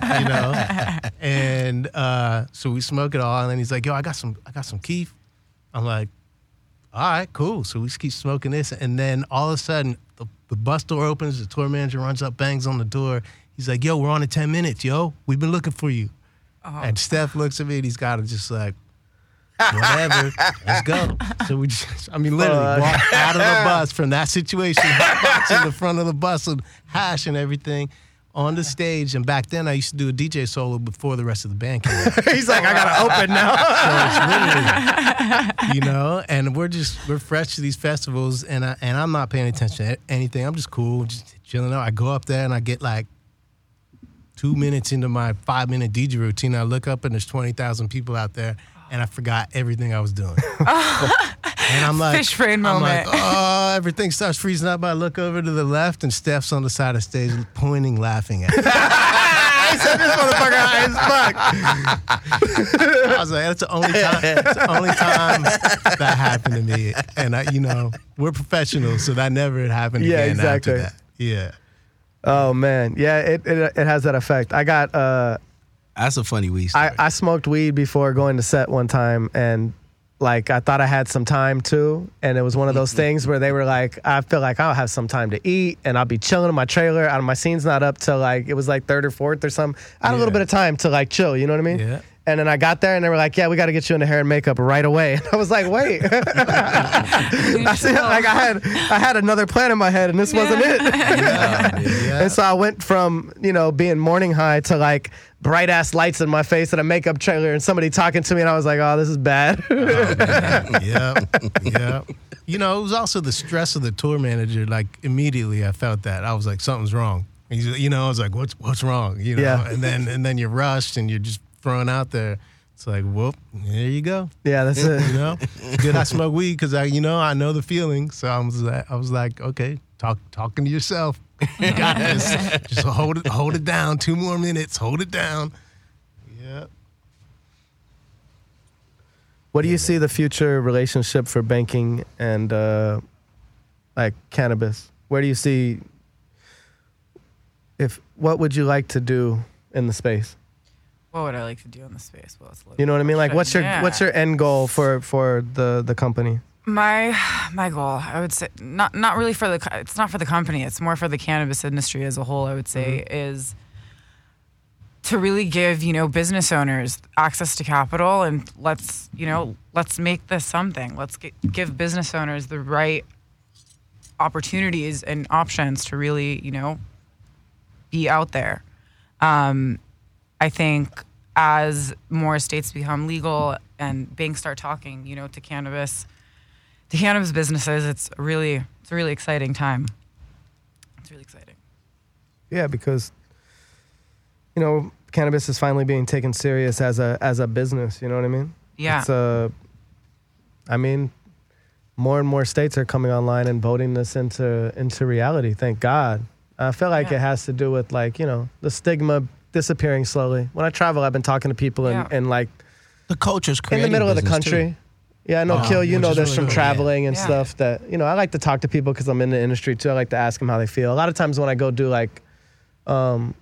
[SPEAKER 2] <laughs>
[SPEAKER 5] bong.
[SPEAKER 3] you know? And uh, so we smoke it all and then he's like, yo, I got some I got some Keef. I'm like, all right, cool. So we just keep smoking this. And then all of a sudden, the, the bus door opens, the tour manager runs up, bangs on the door. He's like, yo, we're on in 10 minutes, yo. We've been looking for you. And Steph looks at me and he's got it just like, whatever, let's go. So we just, I mean, literally
[SPEAKER 2] Fuck.
[SPEAKER 3] walked out of the bus from that situation, back to the front of the bus with hash and everything on the stage. And back then, I used to do a DJ solo before the rest of the band came out.
[SPEAKER 2] He's like, I gotta open now.
[SPEAKER 3] you know and we're just we're fresh to these festivals and I, and I'm not paying attention to anything I'm just cool just chilling out I go up there and I get like 2 minutes into my 5 minute DJ routine I look up and there's 20,000 people out there and I forgot everything I was doing and I'm like
[SPEAKER 5] <laughs> Fish brain
[SPEAKER 3] I'm like,
[SPEAKER 5] moment.
[SPEAKER 3] oh everything starts freezing up I look over to the left and Steph's on the side of stage pointing
[SPEAKER 2] <laughs>
[SPEAKER 3] laughing at me
[SPEAKER 2] I said this motherfucker high as fuck.
[SPEAKER 3] I was like, that's the only time. That's the only time that happened to me. And I, you know, we're professionals, so that never happened
[SPEAKER 2] Yeah,
[SPEAKER 3] again
[SPEAKER 2] exactly.
[SPEAKER 3] after that. Yeah.
[SPEAKER 2] <laughs> Oh man, yeah, it, it it has that effect. I got uh.
[SPEAKER 7] That's a funny weed story.
[SPEAKER 2] I, I smoked weed before going to set one time and like I thought I had some time too. And it was one of those things where they were like, I feel like I'll have some time to eat and I'll be chilling in my trailer. Out of my scene's not up till like it was like third or fourth or something. I had a little
[SPEAKER 3] Yeah.
[SPEAKER 2] bit of time to like chill, you know what I mean?
[SPEAKER 3] Yeah.
[SPEAKER 2] And then I got there and they were like, Yeah, we gotta get you into hair and makeup right away. <laughs> And I was like, wait. <laughs> I said,
[SPEAKER 5] Oh.
[SPEAKER 2] like I had I had another plan in my head and this wasn't it.
[SPEAKER 3] Yeah.
[SPEAKER 2] And so I went from, you know, being morning high to like bright ass lights in my face and a makeup trailer and somebody talking to me and I was like, oh, this is bad. <laughs>
[SPEAKER 3] yeah. Yeah. You know, it was also the stress of the tour manager. Like immediately, I felt that I was like, something's wrong. He's, you know, I was like, what's what's wrong? You know,
[SPEAKER 2] Yeah.
[SPEAKER 3] and then and then you're rushed and you're just thrown out there. It's like, whoop, there you go.
[SPEAKER 2] yeah, that's
[SPEAKER 3] You
[SPEAKER 2] it.
[SPEAKER 3] know, <laughs> did I smoke weed? Because I, you know, I know the feeling. So I was, like, I was like, okay, talk, talking to yourself. <laughs> You got this. Just hold it, hold it down. Two more minutes. Hold it down. Yeah.
[SPEAKER 2] What do you see the future relationship for banking and uh, like cannabis? Where do you see if what would you like to do in the space?
[SPEAKER 5] What would I like to do in the space? Well, it's a little
[SPEAKER 2] You know what I mean? Like
[SPEAKER 5] question.
[SPEAKER 2] what's your
[SPEAKER 5] Yeah.
[SPEAKER 2] what's your end goal for for the the company?
[SPEAKER 5] my <sighs> my goal? I would say not not really for the co- it's not for the company. It's more for the cannabis industry as a whole. I would say is to really give you know business owners access to capital and let's you know let's make this something. Let's get, give business owners the right opportunities and options to really you know be out there. Um, I think as more states become legal and banks start talking, you know, to cannabis, to cannabis businesses, it's really, it's a really exciting time. It's really exciting.
[SPEAKER 2] Yeah, because you know cannabis is finally being taken serious as a as a business. You know what I mean?
[SPEAKER 5] Yeah.
[SPEAKER 2] It's a. I mean, more and more states are coming online and voting this into into reality. Thank God. I feel like
[SPEAKER 5] Yeah.
[SPEAKER 2] it has to do with like you know the stigma disappearing slowly. When I travel, I've been talking to people and
[SPEAKER 5] Yeah.
[SPEAKER 2] and like
[SPEAKER 7] the culture's
[SPEAKER 2] in
[SPEAKER 7] creating
[SPEAKER 2] the middle of the
[SPEAKER 7] business, too.
[SPEAKER 2] country. Yeah, I know,
[SPEAKER 7] Oh,
[SPEAKER 2] Kill, you
[SPEAKER 7] which
[SPEAKER 2] know
[SPEAKER 7] is
[SPEAKER 2] this
[SPEAKER 7] really
[SPEAKER 2] from
[SPEAKER 7] cool, yeah.
[SPEAKER 2] traveling and
[SPEAKER 5] Yeah.
[SPEAKER 2] stuff that, you know, I like to talk to people because I'm in the industry too. I like to ask them how they feel. A lot of times when I go do like, um,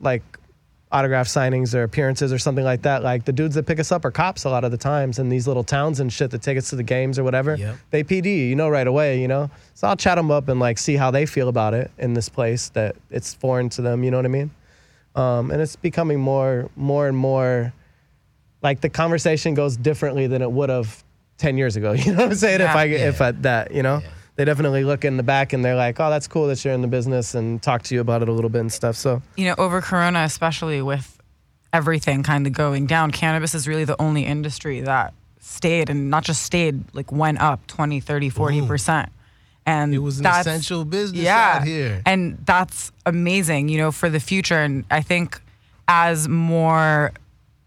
[SPEAKER 2] like autograph signings or appearances or something like that. Like the dudes that pick us up are cops a lot of the times, and these little towns and shit that take us to the games or whatever,
[SPEAKER 7] Yep.
[SPEAKER 2] they PD, you know, right away, you know. So I'll chat them up and like see how they feel about it in this place that it's foreign to them. You know what I mean? Um, and it's becoming more, more and more. Like the conversation goes differently than it would have ten years ago. <laughs> You know what I'm saying? if
[SPEAKER 5] Yeah.
[SPEAKER 2] I if I, that, you know, they definitely look in the back and they're like, oh, that's cool that you're in the business and talk to you about it a little bit and stuff. So
[SPEAKER 5] you know, over Corona, especially with everything kind of going down, cannabis is really the only industry that stayed and not just stayed, like went up 20, 30, 40%. And
[SPEAKER 3] It was an
[SPEAKER 5] that's-
[SPEAKER 3] essential business out here.
[SPEAKER 5] And that's amazing, you know, for the future. And I think as more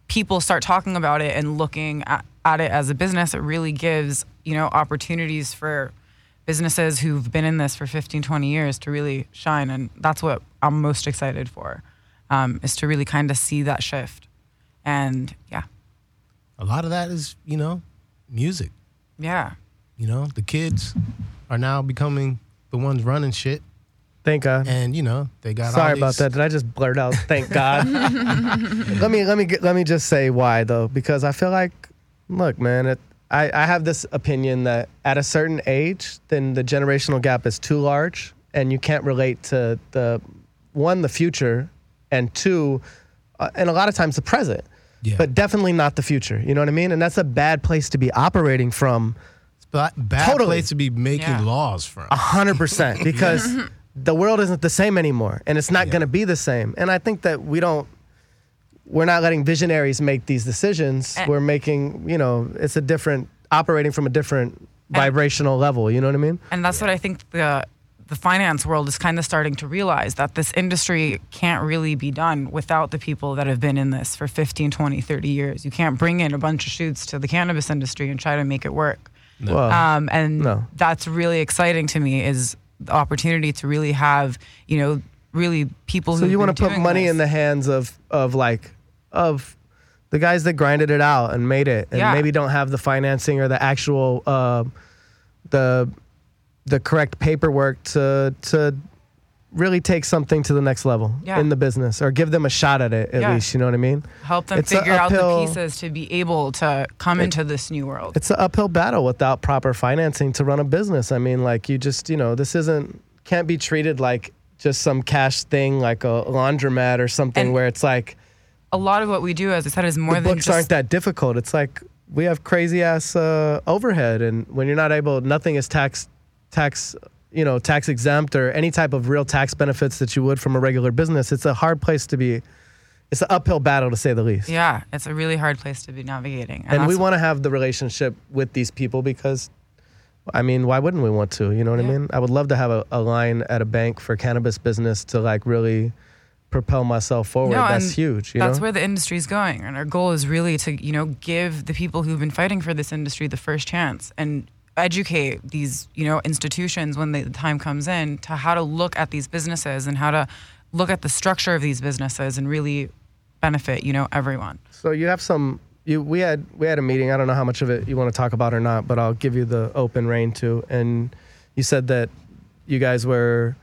[SPEAKER 5] people start talking about it and looking at, at it as a business, it really gives, you know, opportunities for businesses who've been in this for 15, 20 years to really shine. And that's what I'm most excited for, um, is to really kind of see that shift. And yeah,
[SPEAKER 3] A lot of that is, you know, music.
[SPEAKER 5] yeah.
[SPEAKER 3] You know, the kids are now becoming the ones running shit,
[SPEAKER 2] thank God.
[SPEAKER 3] and you know they got. all
[SPEAKER 2] Sorry about
[SPEAKER 3] these-
[SPEAKER 2] that. Did I just blurt out? Thank
[SPEAKER 3] <laughs>
[SPEAKER 2] God. let me let me get, let me just say why though, because I feel like, look, man, it, I I have this opinion that at a certain age, then the generational gap is too large, and you can't relate to the one the future, and two, uh, and a lot of times the present,
[SPEAKER 3] Yeah.
[SPEAKER 2] but definitely not the future. You know what I mean? And that's a bad place to be operating from.
[SPEAKER 3] But bad
[SPEAKER 2] Totally.
[SPEAKER 3] place to be making
[SPEAKER 5] Yeah.
[SPEAKER 3] laws from.
[SPEAKER 2] hundred percent because the world isn't the same anymore, and it's not
[SPEAKER 3] Yeah.
[SPEAKER 2] going to be the same. And I think that we don't, we're not letting visionaries make these decisions.
[SPEAKER 5] And-
[SPEAKER 2] we're making, you know, it's a different operating from a different vibrational level. You know what I mean?
[SPEAKER 5] And that's what I think the the finance world is kind of starting to realize that this industry can't really be done without the people that have been in this for 15, 20, 30 years. You can't bring in a bunch of shoots to the cannabis industry and try to make it work.
[SPEAKER 2] Well,
[SPEAKER 5] Um, and
[SPEAKER 2] Oh. No.
[SPEAKER 5] that's really exciting to me is the opportunity to really have, you know, really people
[SPEAKER 2] so
[SPEAKER 5] who
[SPEAKER 2] you
[SPEAKER 5] want to
[SPEAKER 2] put money in the hands of of like of the guys that grinded it out and made it, and
[SPEAKER 5] Yeah.
[SPEAKER 2] maybe don't have the financing or the actual uh, the the correct paperwork to to really take something to the next level
[SPEAKER 5] Yeah.
[SPEAKER 2] in the business or give them a shot at it at
[SPEAKER 5] Yeah.
[SPEAKER 2] least. You know what I mean?
[SPEAKER 5] help them
[SPEAKER 2] It's a
[SPEAKER 5] figure out the
[SPEAKER 2] uphill-
[SPEAKER 5] pieces to be able to come into this new world.
[SPEAKER 2] It's an uphill battle without proper financing to run a business. I mean, like you just you know this isn't can't be treated like just some cash thing like a laundromat or something
[SPEAKER 5] And-
[SPEAKER 2] where it's like
[SPEAKER 5] A lot of what we do, as I said, is more
[SPEAKER 2] the
[SPEAKER 5] than
[SPEAKER 2] books
[SPEAKER 5] just
[SPEAKER 2] aren't that difficult. It's like we have crazy ass uh, overhead, and when you're not able, nothing is tax tax you know tax exempt or any type of real tax benefits that you would from a regular business. It's a hard place to be. It's an uphill battle to say the least.
[SPEAKER 5] yeah, it's a really hard place to be navigating.
[SPEAKER 2] and we
[SPEAKER 5] that's-
[SPEAKER 2] want to have the relationship with these people because. I mean, why wouldn't we want to? You know what I
[SPEAKER 5] Yeah.
[SPEAKER 2] mean? I would love to have a, a line at a bank for cannabis business to like really propel myself forward. that's
[SPEAKER 5] and
[SPEAKER 2] huge. You
[SPEAKER 5] that's
[SPEAKER 2] know?
[SPEAKER 5] where the industry is going, and our goal is really to you know give the people who've been fighting for this industry the first chance and educate these you know institutions when the time comes in to how to look at these businesses and how to look at the structure of these businesses and really benefit you know everyone.
[SPEAKER 2] So you have some. You we had we had a meeting. I don't know how much of it you want to talk about or not, but I'll give you the open reign to. And you said that you guys were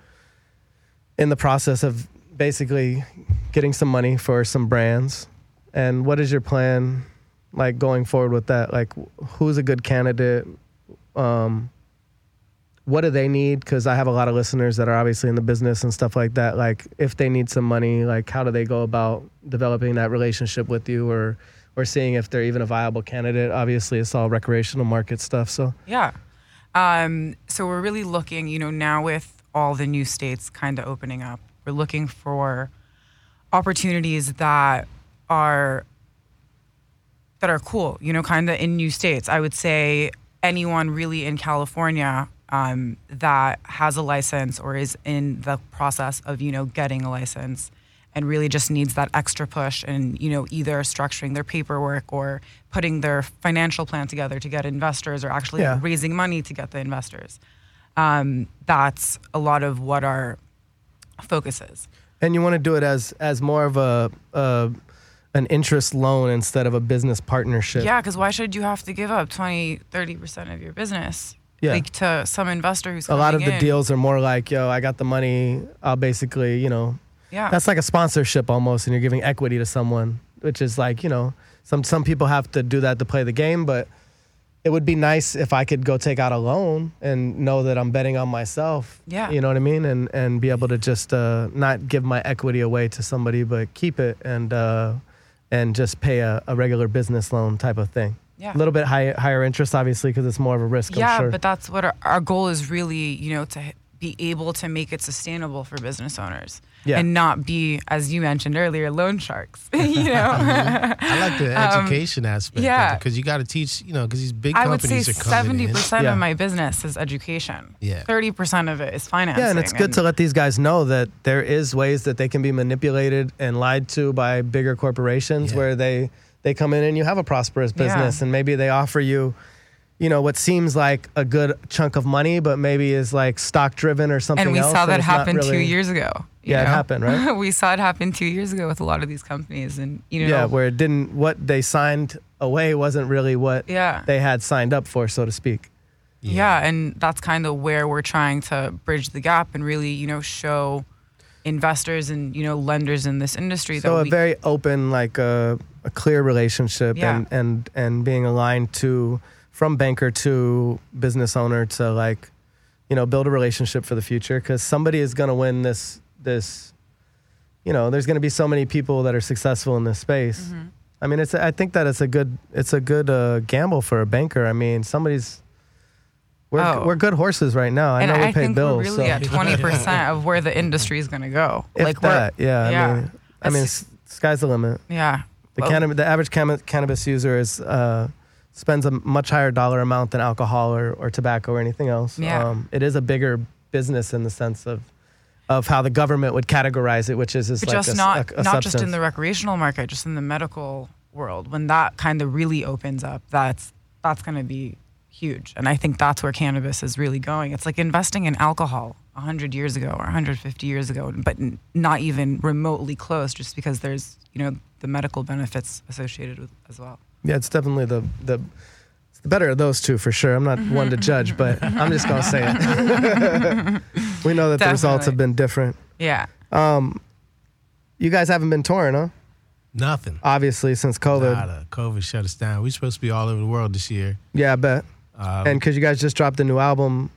[SPEAKER 2] in the process of basically getting some money for some brands. And what is your plan, like going forward with that? Like, who's a good candidate? Um, what do they need? Because I have a lot of listeners that are obviously in the business and stuff like that. Like, if they need some money, like, how do they go about developing that relationship with you, or or seeing if they're even a viable candidate? Obviously, it's all recreational market stuff. So,
[SPEAKER 5] Yeah. Um, so we're really looking, you know, now with all the new states kind of opening up, we're looking for opportunities that are that are cool, you know, kind of in new states. I would say anyone really in California um, that has a license or is in the process of, you know, getting a license and really just needs that extra push and, you know, either structuring their paperwork or putting their financial plan together to get investors or actually
[SPEAKER 2] Yeah.
[SPEAKER 5] raising money to get the investors. Um, that's a lot of what our focus is.
[SPEAKER 2] and you want to do it as as more of a, a an interest loan instead of a business partnership.
[SPEAKER 5] Yeah, because why should you have to give up 20, 30% of your business?
[SPEAKER 2] Yeah.
[SPEAKER 5] Like to some investor who's
[SPEAKER 2] a lot of
[SPEAKER 5] coming
[SPEAKER 2] the
[SPEAKER 5] in?
[SPEAKER 2] deals are more like, yo, I got the money. I'll basically, you know,
[SPEAKER 5] Yeah.
[SPEAKER 2] That's like a sponsorship almost, and you're giving equity to someone, which is like you know some some people have to do that to play the game, but it would be nice if I could go take out a loan and know that I'm betting on myself.
[SPEAKER 5] Yeah.
[SPEAKER 2] You know what I mean? And and be able to just uh, not give my equity away to somebody, but keep it and uh, and just pay a, a regular business loan type of thing.
[SPEAKER 5] Yeah.
[SPEAKER 2] A little bit high, higher interest, obviously, because it's more of a risk. I'm
[SPEAKER 5] yeah,
[SPEAKER 2] sure.
[SPEAKER 5] but that's what our, our goal is really, you know, to h- be able to make it sustainable for business owners
[SPEAKER 2] Yeah.
[SPEAKER 5] and not be, as you mentioned earlier, loan sharks. <laughs> you
[SPEAKER 2] <laughs>
[SPEAKER 5] know,
[SPEAKER 3] I
[SPEAKER 5] <laughs>
[SPEAKER 3] like the education aspect.
[SPEAKER 5] Um, yeah.
[SPEAKER 3] because you got to teach. You know, because these big
[SPEAKER 5] <laughs> I would say
[SPEAKER 3] companies are coming
[SPEAKER 5] seventy percent
[SPEAKER 2] Yeah.
[SPEAKER 5] of my business is education.
[SPEAKER 3] Yeah.
[SPEAKER 5] thirty percent of it is financing.
[SPEAKER 2] Yeah, and it's good to let these guys know that there is ways that they can be manipulated and lied to by bigger corporations
[SPEAKER 3] Yeah.
[SPEAKER 2] where they they come in and you have a prosperous
[SPEAKER 5] Yeah.
[SPEAKER 2] business and maybe they offer you you know what seems like a good chunk of money but maybe is like stock driven or something
[SPEAKER 5] and we
[SPEAKER 2] else,
[SPEAKER 5] saw that
[SPEAKER 2] it's not
[SPEAKER 5] happen two
[SPEAKER 2] really-
[SPEAKER 5] years ago. you
[SPEAKER 2] Yeah, it
[SPEAKER 5] know?
[SPEAKER 2] happened, right?
[SPEAKER 5] we saw it happen two years ago with a lot of these companies, and <laughs> you know,
[SPEAKER 2] yeah where it didn't what they signed away wasn't really what
[SPEAKER 5] Yeah.
[SPEAKER 2] they had signed up for so to speak
[SPEAKER 5] yeah and that's kind of where we're trying to bridge the gap and really you know show investors and you know lenders in this industry
[SPEAKER 2] So
[SPEAKER 5] that
[SPEAKER 2] a
[SPEAKER 5] we,
[SPEAKER 2] very open, like uh, a clear relationship,
[SPEAKER 5] Yeah.
[SPEAKER 2] and and and being aligned to from banker to business owner to like, you know, build a relationship for the future because somebody is gonna win this this. You know, there's gonna be so many people that are successful in this space.
[SPEAKER 5] Mm-hmm.
[SPEAKER 2] I mean, it's I think that it's a good it's a good uh, gamble for a banker. I mean, somebody's. We're,
[SPEAKER 5] Oh.
[SPEAKER 2] we're good horses right now. I
[SPEAKER 5] and
[SPEAKER 2] know we
[SPEAKER 5] I
[SPEAKER 2] pay
[SPEAKER 5] think
[SPEAKER 2] bills.
[SPEAKER 5] we're really
[SPEAKER 2] so.
[SPEAKER 5] at twenty percent of where the industry is going to go.
[SPEAKER 2] If
[SPEAKER 5] we're-
[SPEAKER 2] that, yeah.
[SPEAKER 5] yeah,
[SPEAKER 2] I mean, I mean, s- sky's the limit.
[SPEAKER 5] yeah.
[SPEAKER 2] The,
[SPEAKER 5] Well,
[SPEAKER 2] cannab- the average cam- cannabis user is uh, spends a much higher dollar amount than alcohol or, or tobacco or anything else. Um,
[SPEAKER 5] Yeah.
[SPEAKER 2] it is a bigger business in the sense of of how the government would categorize it, which is, is
[SPEAKER 5] but
[SPEAKER 2] like a
[SPEAKER 5] just
[SPEAKER 2] s-
[SPEAKER 5] not
[SPEAKER 2] a- a
[SPEAKER 5] not just in
[SPEAKER 2] substance.
[SPEAKER 5] the recreational market, just in the medical world. When that kind of really opens up, that's that's going to be huge, and I think that's where cannabis is really going. It's like investing in alcohol. 100 years ago or 150 years ago but n- not even remotely close just because there's you know the medical benefits associated with as well
[SPEAKER 2] Yeah, it's definitely the the it's the better of those two for sure. I'm not one to judge, but I'm just gonna say it. <laughs> we know that the results have
[SPEAKER 5] Definitely.
[SPEAKER 2] been different.
[SPEAKER 7] <laughs>
[SPEAKER 5] yeah
[SPEAKER 2] You guys haven't been touring, huh?
[SPEAKER 3] Nothing.
[SPEAKER 2] Obviously, since COVID.
[SPEAKER 3] Nada. COVID shut us down. We supposed to be all over the world this year.
[SPEAKER 2] Yeah, I bet.
[SPEAKER 3] Um,
[SPEAKER 2] And because you guys just dropped a new album,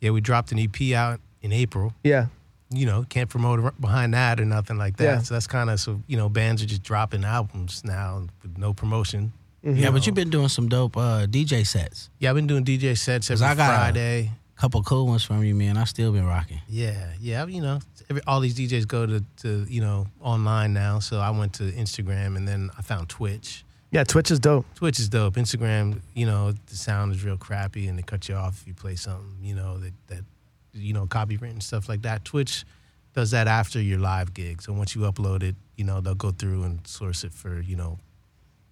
[SPEAKER 3] yeah, we dropped an EP out in April.
[SPEAKER 2] yeah.
[SPEAKER 3] You know, can't promote ar- behind that or nothing like that.
[SPEAKER 2] Yeah.
[SPEAKER 3] So that's kind of so you know, bands are just dropping albums now with no promotion.
[SPEAKER 7] Yeah,
[SPEAKER 3] Mm-hmm.
[SPEAKER 7] but you've been doing some dope uh, DJ sets.
[SPEAKER 3] Yeah, I've been doing DJ sets
[SPEAKER 7] 'Cause
[SPEAKER 3] every
[SPEAKER 7] I got a-
[SPEAKER 3] Friday.
[SPEAKER 7] Couple cool ones from you, man. I still been rocking.
[SPEAKER 3] Yeah, yeah, you know, every, all these DJs go to, to you know online now. So I went to Instagram and then I found Twitch.
[SPEAKER 2] Yeah, Twitch is dope.
[SPEAKER 3] Twitch is dope. Instagram, you know, the sound is real crappy and they cut you off if you play something, you know, that that you know, copyright and stuff like that. Twitch does that after your live gig. So once you upload it, you know, they'll go through and source it for, you know,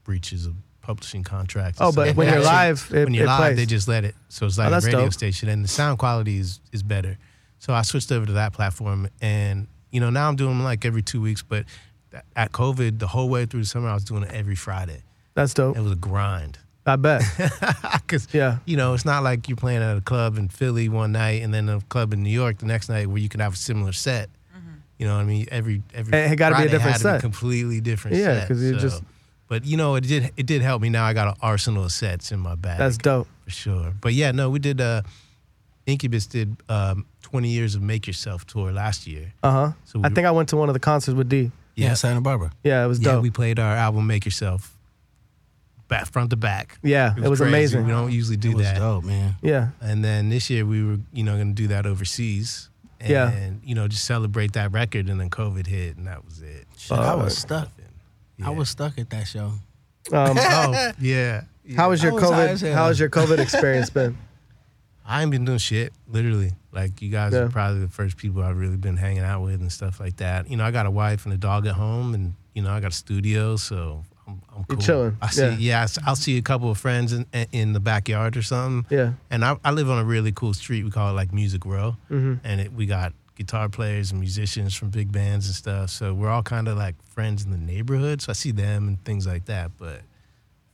[SPEAKER 3] breaches of publishing contracts. and
[SPEAKER 2] Oh, but
[SPEAKER 3] stuff.
[SPEAKER 2] when
[SPEAKER 3] Yeah,
[SPEAKER 2] you're
[SPEAKER 3] <laughs> so
[SPEAKER 2] live, it-
[SPEAKER 3] when you're
[SPEAKER 2] it
[SPEAKER 3] live,
[SPEAKER 2] plays.
[SPEAKER 3] they just let it. So it's like a
[SPEAKER 2] Oh, that's
[SPEAKER 3] radio
[SPEAKER 2] dope.
[SPEAKER 3] station and the sound quality is is better. So I switched over to that platform and you know, now I'm doing them like every 2 weeks, but th- at COVID, the whole way through the summer I was doing it every Friday.
[SPEAKER 2] That's dope.
[SPEAKER 3] <laughs> It was a grind.
[SPEAKER 2] I
[SPEAKER 3] <laughs>
[SPEAKER 2] bet.
[SPEAKER 3] Because
[SPEAKER 2] Yeah.
[SPEAKER 3] you know, it's not like you're playing at a club in Philly one night and then a club in New York the next night where you can have a similar set. You know what I mean? Every every
[SPEAKER 2] It gotta be a
[SPEAKER 3] Friday
[SPEAKER 2] different
[SPEAKER 3] had to be
[SPEAKER 2] set.
[SPEAKER 3] completely different.
[SPEAKER 2] Yeah,
[SPEAKER 3] set,
[SPEAKER 2] 'cause you
[SPEAKER 3] so-
[SPEAKER 2] just-
[SPEAKER 3] But you know, it did it did help me. Now I got an arsenal of sets in my bag.
[SPEAKER 2] That's dope.
[SPEAKER 3] for sure. But yeah, no, we did. uh Incubus did um, 20 years of Make Yourself tour last year.
[SPEAKER 2] Uh huh.
[SPEAKER 3] So
[SPEAKER 2] I
[SPEAKER 3] we-
[SPEAKER 2] think I went to one of the concerts with D.
[SPEAKER 7] Yeah,
[SPEAKER 3] Yeah.
[SPEAKER 7] Santa Barbara.
[SPEAKER 2] Yeah, it was
[SPEAKER 3] yeah,
[SPEAKER 2] dope.
[SPEAKER 3] we played our album Make Yourself back front to back.
[SPEAKER 2] yeah, it was,
[SPEAKER 3] crazy.
[SPEAKER 2] amazing.
[SPEAKER 3] We don't usually do
[SPEAKER 7] It was
[SPEAKER 3] that.
[SPEAKER 7] dope, man.
[SPEAKER 2] yeah,
[SPEAKER 3] And then this year we were, you know, going to do that overseas. And,
[SPEAKER 2] Yeah.
[SPEAKER 3] you know, just celebrate that record. And then COVID hit and that was it.
[SPEAKER 7] Shit, I was
[SPEAKER 2] Fuck.
[SPEAKER 7] stuck. I was stuck at that show.
[SPEAKER 3] <laughs>
[SPEAKER 2] Um,
[SPEAKER 3] Oh, yeah.
[SPEAKER 2] how was your
[SPEAKER 7] I was high as
[SPEAKER 2] COVID?
[SPEAKER 7] hell.
[SPEAKER 2] How has your COVID experience been?
[SPEAKER 3] I ain't been doing shit, literally. Like, you guys
[SPEAKER 2] Yeah.
[SPEAKER 3] are probably the first people I've really been hanging out with and stuff like that. You know, I got a wife and a dog at home and, you know, I got a studio. So I'm, I'm cool.
[SPEAKER 2] You're chilling.
[SPEAKER 3] I see,
[SPEAKER 2] Yeah.
[SPEAKER 3] yeah. I s- I'll see a couple of friends in, in the backyard or something.
[SPEAKER 2] Yeah.
[SPEAKER 3] And I, I live on a really cool street. We call it like Music Row.
[SPEAKER 2] Mm-hmm.
[SPEAKER 3] And it, we got guitar players and musicians from big bands and stuff. So we're all kind of like friends in the neighborhood. So I see them and things like that. But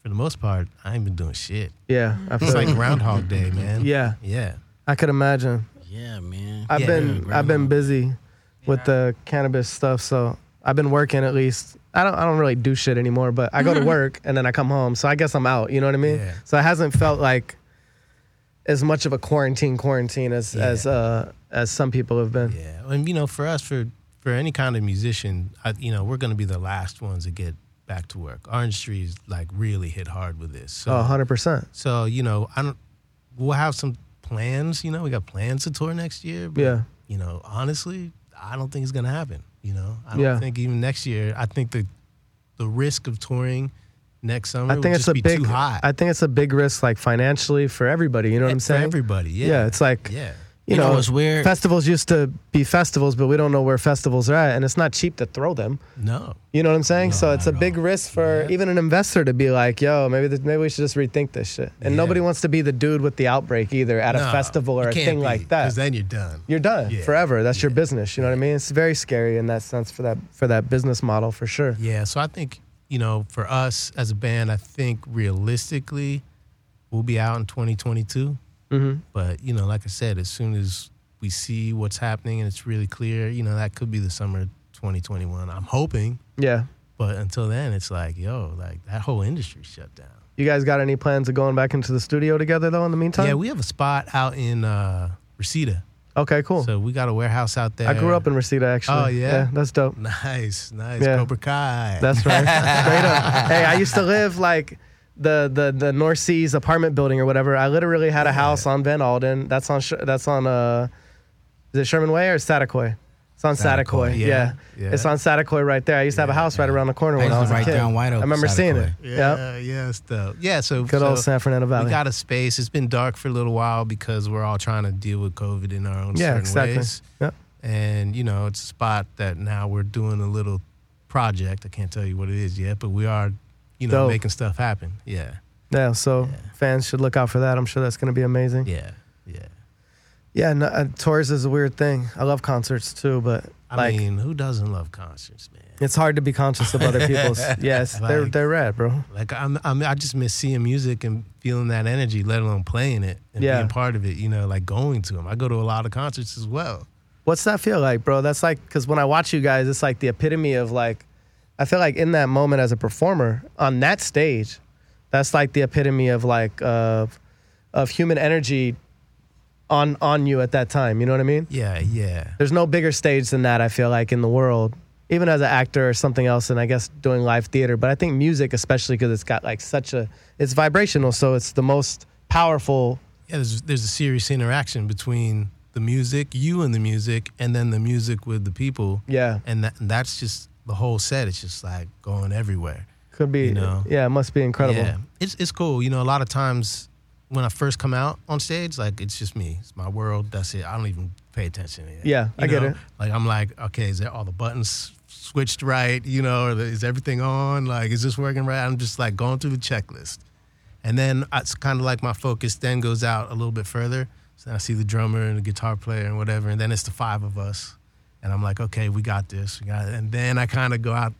[SPEAKER 3] for the most part, I ain't been doing shit.
[SPEAKER 2] Yeah, I feel <laughs>
[SPEAKER 3] It's like
[SPEAKER 2] like
[SPEAKER 3] Groundhog Day, man.
[SPEAKER 2] Yeah.
[SPEAKER 3] Yeah.
[SPEAKER 2] I could imagine.
[SPEAKER 7] Yeah, man.
[SPEAKER 2] I've
[SPEAKER 3] Yeah,
[SPEAKER 2] been I've been busy. with the cannabis stuff. So I've been working at least. I don't. I don't really do shit anymore. But I go to work and then I come home. So I guess I'm out. You know what I mean?
[SPEAKER 3] Yeah.
[SPEAKER 2] So it hasn't felt like as much of a quarantine quarantine as as uh as some people have been.
[SPEAKER 3] Yeah, and you know, for us, for for any kind of musician, I, you know, we're going to be the last ones to get back to work. Our industry's like really hit hard with this. So,
[SPEAKER 2] Oh, 100 percent.
[SPEAKER 3] so you know, I don't. We'll have some plans. You know, we got plans to tour next year. But,
[SPEAKER 2] Yeah.
[SPEAKER 3] You know, honestly, I don't think it's going to happen. You know, I don't
[SPEAKER 2] Yeah.
[SPEAKER 3] think even next year. I think the the risk of touring next summer
[SPEAKER 2] I
[SPEAKER 3] would
[SPEAKER 2] think it's
[SPEAKER 3] just
[SPEAKER 2] a
[SPEAKER 3] be
[SPEAKER 2] big.
[SPEAKER 3] too high.
[SPEAKER 2] I think it's a big risk, like financially for everybody. You know what I'm
[SPEAKER 3] for
[SPEAKER 2] saying?
[SPEAKER 3] everybody. Yeah.
[SPEAKER 2] Yeah, it's like-
[SPEAKER 3] yeah.
[SPEAKER 2] you,
[SPEAKER 7] You know
[SPEAKER 2] know,
[SPEAKER 7] what's weird?
[SPEAKER 2] Festivals used to be festivals, but we don't know where festivals are at, and it's not cheap to throw them.
[SPEAKER 3] No.
[SPEAKER 2] You know what I'm saying? so it's a
[SPEAKER 7] not at
[SPEAKER 2] big risk for even an investor to be like, "Yo, maybe this, maybe we should just rethink this shit." And
[SPEAKER 3] Yeah.
[SPEAKER 2] nobody wants to be the dude with the outbreak either at a
[SPEAKER 3] No,
[SPEAKER 2] festival or
[SPEAKER 3] you
[SPEAKER 2] a
[SPEAKER 3] can't
[SPEAKER 2] thing
[SPEAKER 3] be,
[SPEAKER 2] like that.
[SPEAKER 3] 'cause then you're done.
[SPEAKER 2] You're done
[SPEAKER 3] Yeah.
[SPEAKER 2] forever. That's your business. You know what I mean? It's very scary in that sense for that for that business model for sure.
[SPEAKER 3] Yeah, so I think, you know, for us as a band, I think realistically, we'll be out in 2022.
[SPEAKER 2] Mhm.
[SPEAKER 3] But, you know, like I said, as soon as we see what's happening and it's really clear, you know, that could be the summer of 2021. I'm hoping.
[SPEAKER 2] Yeah.
[SPEAKER 3] But until then, it's like, yo, like that whole industry shut down.
[SPEAKER 2] You guys got any plans of going back into the studio together though? In the meantime,
[SPEAKER 3] Yeah, we have a spot out in uh, Reseda.
[SPEAKER 2] okay, cool.
[SPEAKER 3] So we got a warehouse out there.
[SPEAKER 2] Oh. I grew up in Reseda actually.
[SPEAKER 3] Oh, yeah?
[SPEAKER 2] that's dope.
[SPEAKER 3] <laughs> Nice, nice.
[SPEAKER 2] Yeah.
[SPEAKER 3] Cobra Kai.
[SPEAKER 2] That's right. Straight up. Hey, I used to live like the the the North Seas apartment building or whatever. I literally had a house on Van Alden. That's on Sh- that's on uh is it Sherman Way or Satakoy? It's on Satakoy.
[SPEAKER 3] Satakoy,
[SPEAKER 2] Yeah.
[SPEAKER 3] yeah, yeah.
[SPEAKER 2] It's on Satakoy right there. I used to have a house right around the corner when
[SPEAKER 7] used
[SPEAKER 2] I
[SPEAKER 7] to
[SPEAKER 2] was a
[SPEAKER 7] right
[SPEAKER 2] kid.
[SPEAKER 7] there on White Oak,
[SPEAKER 2] I remember seeing it.
[SPEAKER 7] Satakoy.
[SPEAKER 2] Yeah.
[SPEAKER 3] Yeah, Uh, yeah, stuff. Yeah, so
[SPEAKER 2] Good old
[SPEAKER 3] so
[SPEAKER 2] San Fernando Valley.
[SPEAKER 3] We got a space. It's been dark for a little while because we're all trying to deal with COVID in our own
[SPEAKER 2] yeah,
[SPEAKER 3] certain
[SPEAKER 2] exactly.
[SPEAKER 3] ways.
[SPEAKER 2] Yep.
[SPEAKER 3] And you know, it's a spot that now we're doing a little project. I can't tell you what it is yet, but we are, you know,
[SPEAKER 2] Dope.
[SPEAKER 3] making stuff happen. Yeah,
[SPEAKER 2] Yeah, so fans should look out for that. I'm sure that's going to be amazing.
[SPEAKER 3] yeah, yeah.
[SPEAKER 2] Yeah, no, uh, tours is a weird thing. I love concerts too, but
[SPEAKER 3] I
[SPEAKER 2] like
[SPEAKER 3] mean, who doesn't love concerts, man?
[SPEAKER 2] it's hard to be conscious of other people's. yes, they're
[SPEAKER 3] Like-
[SPEAKER 2] they're rad, bro.
[SPEAKER 3] Like I'm, I'm, I just miss seeing music and feeling that energy, let alone playing it and
[SPEAKER 2] Yeah.
[SPEAKER 3] being part of it. You know, like going to them. I go to a lot of concerts as well.
[SPEAKER 2] What's that feel like, bro? That's like because when I watch you guys, it's like the epitome of like. I feel like in that moment as a performer on that stage, that's like the epitome of like of of human energy on on you at that time. You know what I mean?
[SPEAKER 3] Yeah, yeah.
[SPEAKER 2] There's no bigger stage than that. I feel like in the world, even as an actor or something else, and I guess doing live theater. But I think music, especially because it's got like such a it's vibrational, so it's the most powerful.
[SPEAKER 3] yeah, there's there's a serious interaction between the music, you and the music, and then the music with the people.
[SPEAKER 2] Yeah,
[SPEAKER 3] And, that, and that's just the whole set. It's just like going everywhere.
[SPEAKER 2] could be.
[SPEAKER 3] You know.
[SPEAKER 2] Yeah, it must be incredible.
[SPEAKER 3] Yeah, it's it's cool. You know, a lot of times when I first come out on stage, like it's just me, it's my world. That's it. I don't even pay attention. To it,
[SPEAKER 2] Yeah,
[SPEAKER 3] you
[SPEAKER 2] I get
[SPEAKER 3] know?
[SPEAKER 2] it.
[SPEAKER 3] Like I'm like, okay, is there all the buttons switched right? You know, or is everything on? Like, is this working right? I'm just like going through the checklist, and then it's kind of like my focus then goes out a little bit further. So then I see the drummer and the guitar player and whatever, and then it's the five of us, and I'm like, okay, we got this, we got it. And then I kind of go out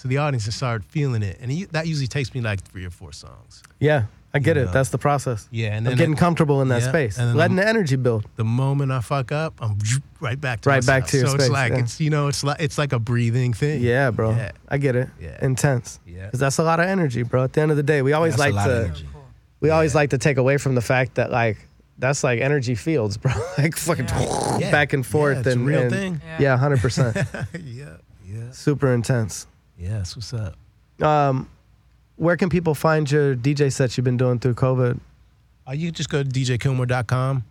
[SPEAKER 3] to the audience and start feeling it, and it, that usually takes me like three or four songs.
[SPEAKER 2] Yeah, I get
[SPEAKER 3] You
[SPEAKER 2] it.
[SPEAKER 3] know?
[SPEAKER 2] That's the process.
[SPEAKER 3] Yeah, and
[SPEAKER 2] Of
[SPEAKER 3] then
[SPEAKER 2] getting
[SPEAKER 3] it-
[SPEAKER 2] comfortable in that
[SPEAKER 3] yeah,
[SPEAKER 2] space,
[SPEAKER 3] and then
[SPEAKER 2] letting
[SPEAKER 3] I'm-
[SPEAKER 2] the energy build.
[SPEAKER 3] the moment I fuck up, I'm <laughs> right back to
[SPEAKER 2] Right back
[SPEAKER 3] myself.
[SPEAKER 2] to your
[SPEAKER 3] so
[SPEAKER 2] space,
[SPEAKER 3] it's like
[SPEAKER 2] yeah.
[SPEAKER 3] it's you know it's like it's like a breathing thing.
[SPEAKER 2] Yeah, bro.
[SPEAKER 3] Yeah.
[SPEAKER 2] I get it.
[SPEAKER 3] Yeah.
[SPEAKER 2] Intense.
[SPEAKER 3] Yeah.
[SPEAKER 2] Because that's a lot of energy, bro. At the end of the day, we always
[SPEAKER 7] That's a
[SPEAKER 2] like
[SPEAKER 7] lot of
[SPEAKER 2] to
[SPEAKER 7] energy.
[SPEAKER 2] we always like to take away from the fact that like that's like energy fields, <laughs> bro. like fucking <laughs>
[SPEAKER 3] Yeah.
[SPEAKER 2] back and forth
[SPEAKER 3] Yeah, it's a
[SPEAKER 2] and
[SPEAKER 3] real
[SPEAKER 2] and-
[SPEAKER 3] thing.
[SPEAKER 5] Yeah.
[SPEAKER 2] Yeah, hundred percent.
[SPEAKER 3] <laughs> yeah, yeah,
[SPEAKER 2] Super intense.
[SPEAKER 3] yeah. That's what's up.
[SPEAKER 2] Um, where can people find your DJ sets you've been doing through COVID?
[SPEAKER 3] Uh, you can just go to djkilmore.com.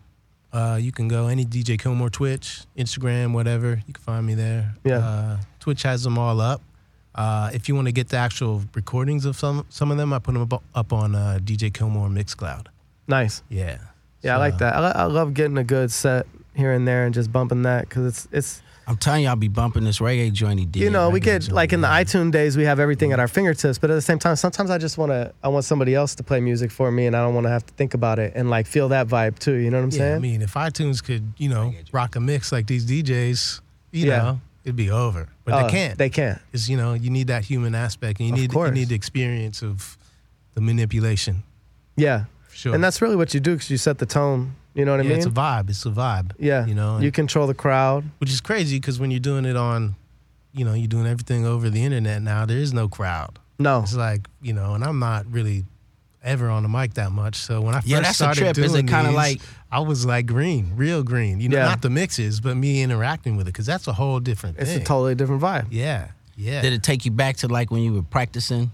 [SPEAKER 3] Uh, you can go any DJ Kilmore Twitch, Instagram, whatever. You can find me there.
[SPEAKER 2] Yeah.
[SPEAKER 3] Uh, Twitch has them all up. Uh, if you want to get the actual recordings of some some of them, I put them up, up on uh, DJ Kilmore Mixcloud.
[SPEAKER 2] Nice.
[SPEAKER 3] Yeah.
[SPEAKER 2] Yeah, I
[SPEAKER 3] So-
[SPEAKER 2] like that. I, lo- I love getting a good set here and there and just bumping that because it's it's
[SPEAKER 7] I'm telling you, I'll be bumping this reggae joint he did.
[SPEAKER 2] you know, we
[SPEAKER 7] Reggae
[SPEAKER 2] could
[SPEAKER 7] joint,
[SPEAKER 2] like in the
[SPEAKER 7] yeah.
[SPEAKER 2] iTunes days, we have everything at our fingertips. But at the same time, sometimes I just want to, I want somebody else to play music for me, and I don't want to have to think about it and like feel that vibe too. You know what I'm
[SPEAKER 3] Yeah,
[SPEAKER 2] saying?
[SPEAKER 3] I mean, if iTunes could, you know, rock a mix like these DJs, you
[SPEAKER 2] Yeah.
[SPEAKER 3] know, it'd be over. But
[SPEAKER 2] Uh,
[SPEAKER 3] they can't.
[SPEAKER 2] They can't.
[SPEAKER 3] It's, you know, you need that human aspect, and you
[SPEAKER 2] Of
[SPEAKER 3] need
[SPEAKER 2] course.
[SPEAKER 3] you need the experience of the manipulation.
[SPEAKER 2] Yeah,
[SPEAKER 3] For sure.
[SPEAKER 2] and that's really what you do because you set the tone You know what I
[SPEAKER 3] Yeah,
[SPEAKER 2] mean?
[SPEAKER 3] it's a vibe. It's a vibe.
[SPEAKER 2] yeah.
[SPEAKER 3] you know, and-
[SPEAKER 2] you control the crowd.
[SPEAKER 3] which is crazy because when you're doing it on, you know, you're doing everything over the internet now. There is no crowd.
[SPEAKER 2] No.
[SPEAKER 3] It's like you know, and I'm not really ever on the mic that much. So when I first
[SPEAKER 7] Yeah, that's a
[SPEAKER 3] started
[SPEAKER 7] trip.
[SPEAKER 3] doing
[SPEAKER 7] Is it kinda
[SPEAKER 3] these,
[SPEAKER 7] like-
[SPEAKER 3] I was like green, real green. You know,
[SPEAKER 2] Yeah.
[SPEAKER 3] not the mixes, but me interacting with it because that's a whole different
[SPEAKER 2] It's
[SPEAKER 3] thing.
[SPEAKER 2] a totally different vibe.
[SPEAKER 3] yeah, yeah.
[SPEAKER 7] Did it take you back to like when you were practicing?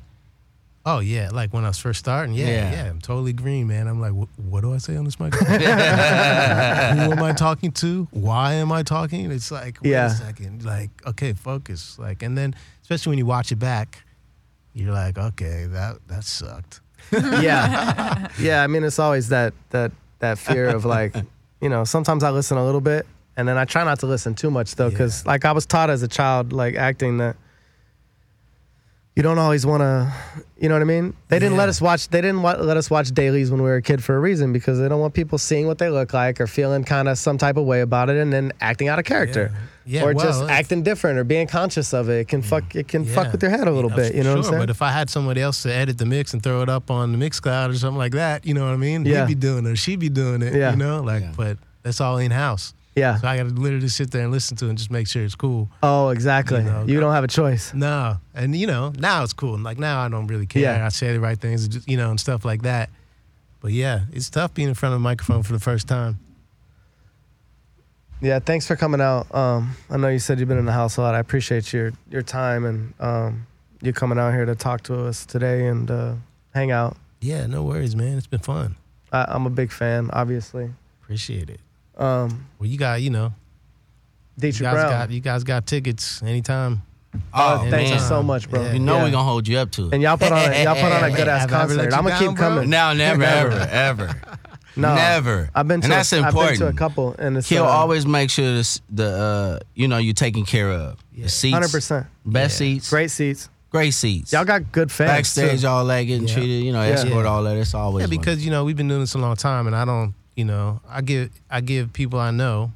[SPEAKER 3] Oh yeah, like when I was first starting, yeah,
[SPEAKER 7] Yeah.
[SPEAKER 3] yeah, I'm totally green, man. I'm like, "Wh- what do I say on
[SPEAKER 2] <laughs>
[SPEAKER 3] this microphone? Who am I talking to? Why am I talking? It's like, wait
[SPEAKER 2] Yeah.
[SPEAKER 3] a second, like, okay, focus, like, and then especially when you watch it back, you're like, okay, that that sucked.
[SPEAKER 2] yeah <laughs> yeah i mean it's always that that that fear of like you know sometimes i listen a little bit and then i try not to listen too much though because like i was taught as a child like acting that you don't always want to you know what i mean they didn't let us watch they didn't wa- let us watch dailies when we were a kid for a reason because they don't want people seeing what they look like or feeling kind of some type of way about it and then acting out of character
[SPEAKER 3] Yeah. Yeah,
[SPEAKER 2] or
[SPEAKER 3] well,
[SPEAKER 2] just
[SPEAKER 3] it's-
[SPEAKER 2] acting different or being conscious of it. It can fuck. It can fuck
[SPEAKER 3] Yeah.
[SPEAKER 2] with your head a little bit. You know what I'm
[SPEAKER 3] Sure,
[SPEAKER 2] saying?
[SPEAKER 3] But if I had somebody else to edit the mix and throw it up on the mix cloud or something like that, you know what I mean?
[SPEAKER 2] Yeah.
[SPEAKER 3] He'd be doing it, she'd be doing it,
[SPEAKER 2] Yeah.
[SPEAKER 3] you know, like,
[SPEAKER 7] Yeah.
[SPEAKER 3] but that's all in house.
[SPEAKER 2] yeah.
[SPEAKER 3] So I got to literally sit there and listen to it and just make sure it's cool.
[SPEAKER 2] Oh, exactly. You,
[SPEAKER 3] You know,
[SPEAKER 2] don't have a choice.
[SPEAKER 3] No, and you know now it's cool. Like now I don't really care.
[SPEAKER 2] Yeah.
[SPEAKER 3] I say the right things, just, you know, and stuff like that. But yeah, it's tough being in front of a microphone for the first time.
[SPEAKER 2] Yeah, thanks for coming out. Um, I know you said you've been in the house a lot. I appreciate your your time and um, you coming out here to talk to us today and uh, hang out.
[SPEAKER 3] Yeah, no worries, man. It's been fun.
[SPEAKER 2] I, I'm a big fan, obviously.
[SPEAKER 3] Appreciate it.
[SPEAKER 2] Um,
[SPEAKER 3] Well, you got you know,
[SPEAKER 2] Dietrich
[SPEAKER 3] you guys
[SPEAKER 2] Brown,
[SPEAKER 3] got you guys got tickets anytime.
[SPEAKER 7] Oh,
[SPEAKER 2] thank you
[SPEAKER 3] man.
[SPEAKER 2] so much, bro.
[SPEAKER 3] Yeah.
[SPEAKER 7] You know
[SPEAKER 2] Yeah.
[SPEAKER 7] we're gonna hold you up to it.
[SPEAKER 2] And y'all put on a, y'all put on a good ass
[SPEAKER 3] Have I ever
[SPEAKER 2] concert.
[SPEAKER 3] let you
[SPEAKER 2] I'm gonna
[SPEAKER 3] down,
[SPEAKER 2] keep
[SPEAKER 3] bro?
[SPEAKER 2] coming. <laughs>
[SPEAKER 7] now, never, ever, ever,
[SPEAKER 2] No,
[SPEAKER 7] never.
[SPEAKER 2] I've been to
[SPEAKER 7] and
[SPEAKER 2] a-
[SPEAKER 7] that's
[SPEAKER 2] I've
[SPEAKER 7] important.
[SPEAKER 2] been to a couple, and it's
[SPEAKER 7] Kill
[SPEAKER 2] uh,
[SPEAKER 7] always make sure this, the uh, you know you're taking care of the seats,
[SPEAKER 2] 100%.
[SPEAKER 7] best
[SPEAKER 3] Yeah.
[SPEAKER 7] seats, great,
[SPEAKER 2] great seats.
[SPEAKER 7] seats.
[SPEAKER 2] Y'all got good fans. too.
[SPEAKER 7] backstage, all that getting
[SPEAKER 3] Yeah.
[SPEAKER 7] treated, you know, escort, all that. It's always
[SPEAKER 3] Yeah,
[SPEAKER 7] one.
[SPEAKER 3] because you know we've been doing this a long time, and I don't, you know, I give I give people I know,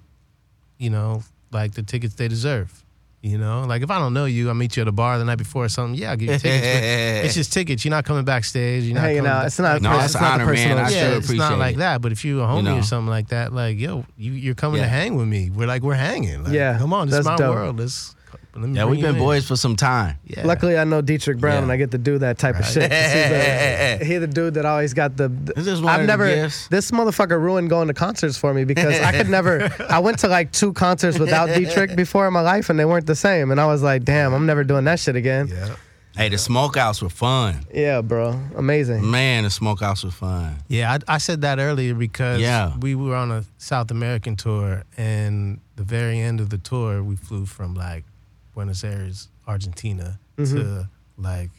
[SPEAKER 3] you know, like the tickets they deserve. You know, like if I don't know you, I meet you at a bar the night before or something. Yeah,
[SPEAKER 7] <laughs>
[SPEAKER 3] I'll give you
[SPEAKER 2] <laughs>
[SPEAKER 3] tickets. but it's just tickets. You're not coming backstage. You're not
[SPEAKER 2] hanging
[SPEAKER 3] coming
[SPEAKER 2] out. It's not.
[SPEAKER 7] No,
[SPEAKER 2] it's
[SPEAKER 7] that's
[SPEAKER 2] not the
[SPEAKER 7] honor, man.
[SPEAKER 2] personal-
[SPEAKER 7] I
[SPEAKER 3] yeah,
[SPEAKER 7] sure
[SPEAKER 3] it's
[SPEAKER 7] appreciate
[SPEAKER 3] not like
[SPEAKER 7] it.
[SPEAKER 3] that. But if you a homie
[SPEAKER 7] know.
[SPEAKER 3] or something like that, like yo, you you're coming
[SPEAKER 7] Yeah.
[SPEAKER 3] to hang with me. We're like we're hanging. Like,
[SPEAKER 2] Yeah,
[SPEAKER 3] come on, this
[SPEAKER 2] that's
[SPEAKER 3] is my
[SPEAKER 2] dope.
[SPEAKER 3] world. Let's let me
[SPEAKER 7] yeah,
[SPEAKER 3] bring
[SPEAKER 7] we've
[SPEAKER 3] you
[SPEAKER 7] been
[SPEAKER 3] in.
[SPEAKER 7] boys for some time.
[SPEAKER 3] Yeah.
[SPEAKER 2] Luckily, I know Dietrich Brown,
[SPEAKER 7] Yeah.
[SPEAKER 2] and I get to do that type of shit. He's the, he the dude that always got the. the-
[SPEAKER 7] This is one
[SPEAKER 2] I've
[SPEAKER 7] of the
[SPEAKER 2] never.
[SPEAKER 7] gifts.
[SPEAKER 2] This motherfucker ruined going to concerts for me because I could never. I went to like two concerts without Dietrich before in my life, and they weren't the same. And I was like, damn, I'm never doing that shit again. Yeah,
[SPEAKER 3] Yeah.
[SPEAKER 7] Hey, the smokeouts were fun.
[SPEAKER 2] bro, amazing.
[SPEAKER 7] Man, the smokeouts were fun.
[SPEAKER 3] Yeah, I, I said that earlier because
[SPEAKER 7] Yeah.
[SPEAKER 3] we were on a South American tour, and the very end of the tour, we flew from like Buenos Aires, Argentina,
[SPEAKER 7] Mm-hmm.
[SPEAKER 3] to like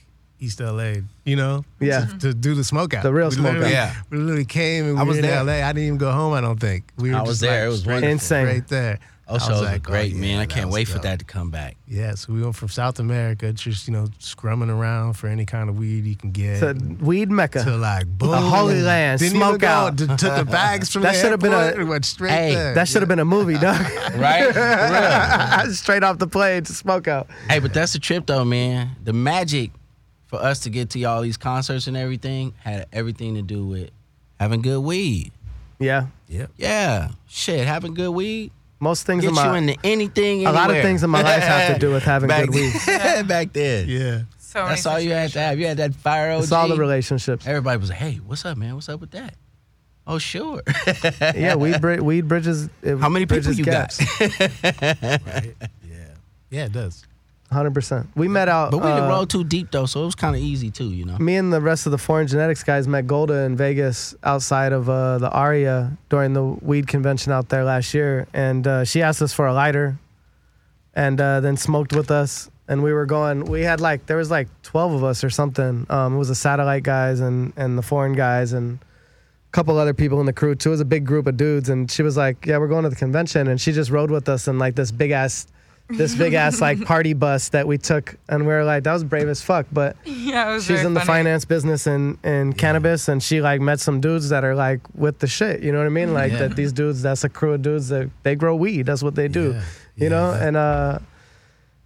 [SPEAKER 3] East LA, you know,
[SPEAKER 2] Yeah.
[SPEAKER 3] to, to do the smokeout.
[SPEAKER 2] The real
[SPEAKER 3] We literally-
[SPEAKER 2] smokeout.
[SPEAKER 7] Yeah.
[SPEAKER 3] we literally came and we
[SPEAKER 7] I
[SPEAKER 3] I was
[SPEAKER 7] was
[SPEAKER 3] were in
[SPEAKER 7] there.
[SPEAKER 3] LA. I didn't even go home. I don't think we were
[SPEAKER 7] I was
[SPEAKER 3] just,
[SPEAKER 7] there.
[SPEAKER 3] like,
[SPEAKER 7] It was
[SPEAKER 3] straight-
[SPEAKER 7] wonderful.
[SPEAKER 2] Insane.
[SPEAKER 3] right there. I
[SPEAKER 7] Those shows
[SPEAKER 3] was like,
[SPEAKER 7] were great,
[SPEAKER 3] oh, yeah,
[SPEAKER 7] man. I
[SPEAKER 3] that
[SPEAKER 7] can't
[SPEAKER 3] was
[SPEAKER 7] wait for
[SPEAKER 3] dope.
[SPEAKER 7] that to come
[SPEAKER 3] <laughs>
[SPEAKER 7] back.
[SPEAKER 3] Yeah, so we went from South America, just you know, scrumming around for any kind of weed you can get.
[SPEAKER 2] It's a weed mecca.
[SPEAKER 3] to like boom,
[SPEAKER 2] Holy Land,
[SPEAKER 3] Didn't even
[SPEAKER 2] smoke
[SPEAKER 3] go,
[SPEAKER 2] out.
[SPEAKER 3] d- took the
[SPEAKER 2] <laughs>
[SPEAKER 3] bags from
[SPEAKER 2] That
[SPEAKER 3] the
[SPEAKER 2] should have been a-
[SPEAKER 3] airport and went straight
[SPEAKER 7] Hey,
[SPEAKER 3] there.
[SPEAKER 2] that should have been a movie, dog.
[SPEAKER 7] Right?
[SPEAKER 3] <laughs>
[SPEAKER 2] <laughs> Straight off the plane to smoke out.
[SPEAKER 7] hey, but that's the trip though, man. The magic for us to get to y'all these concerts and everything had everything to do with having good weed.
[SPEAKER 2] Yeah,
[SPEAKER 7] Yeah. Shit, having good weed
[SPEAKER 2] most things in
[SPEAKER 7] gets you
[SPEAKER 2] my
[SPEAKER 7] into anything.
[SPEAKER 2] a lot of
[SPEAKER 7] anywhere.
[SPEAKER 2] things in my life have to do
[SPEAKER 7] <laughs>
[SPEAKER 2] with having
[SPEAKER 7] back
[SPEAKER 2] good weed.
[SPEAKER 7] back then. <laughs>
[SPEAKER 3] yeah.
[SPEAKER 5] So
[SPEAKER 7] That's
[SPEAKER 5] many
[SPEAKER 7] all you had to have. You had that fire OG.
[SPEAKER 2] It's all the relationships.
[SPEAKER 7] Everybody was like, hey, what's up, man? What's up with that? Oh, sure. <laughs>
[SPEAKER 2] yeah,
[SPEAKER 3] <laughs>
[SPEAKER 2] weed, bri- weed bridges. It
[SPEAKER 7] How many people
[SPEAKER 2] bridges
[SPEAKER 7] you got? <laughs>
[SPEAKER 2] gaps.
[SPEAKER 3] Yeah, it does.
[SPEAKER 2] Hundred percent. We met out.
[SPEAKER 7] But we didn't
[SPEAKER 2] uh,
[SPEAKER 7] roll too deep though, so it was kind of easy too, you know.
[SPEAKER 2] me and the rest of the foreign genetics guys met Golda in Vegas outside of uh, the Aria during the weed convention out there last year, and uh, she asked us for a lighter, and uh, then smoked with us. And we were going. We had like there was like twelve of us or something. Um, it was the satellite guys and and the foreign guys and a couple other people in the crew too. It was a big group of dudes. And she was like, "Yeah, we're going to the convention," and she just rode with us in like this big ass. This big ass like party bus that we took, and we were like, that was brave as fuck. But
[SPEAKER 5] <laughs> Yeah, it was
[SPEAKER 2] she's
[SPEAKER 5] very
[SPEAKER 2] in the
[SPEAKER 5] funny.
[SPEAKER 2] finance business and in cannabis and she like met some dudes that are like with the shit you know what i mean like that these dudes that's a crew of dudes that they grow weed that's what they do
[SPEAKER 3] Yeah,
[SPEAKER 2] you know
[SPEAKER 3] yeah.
[SPEAKER 2] and uh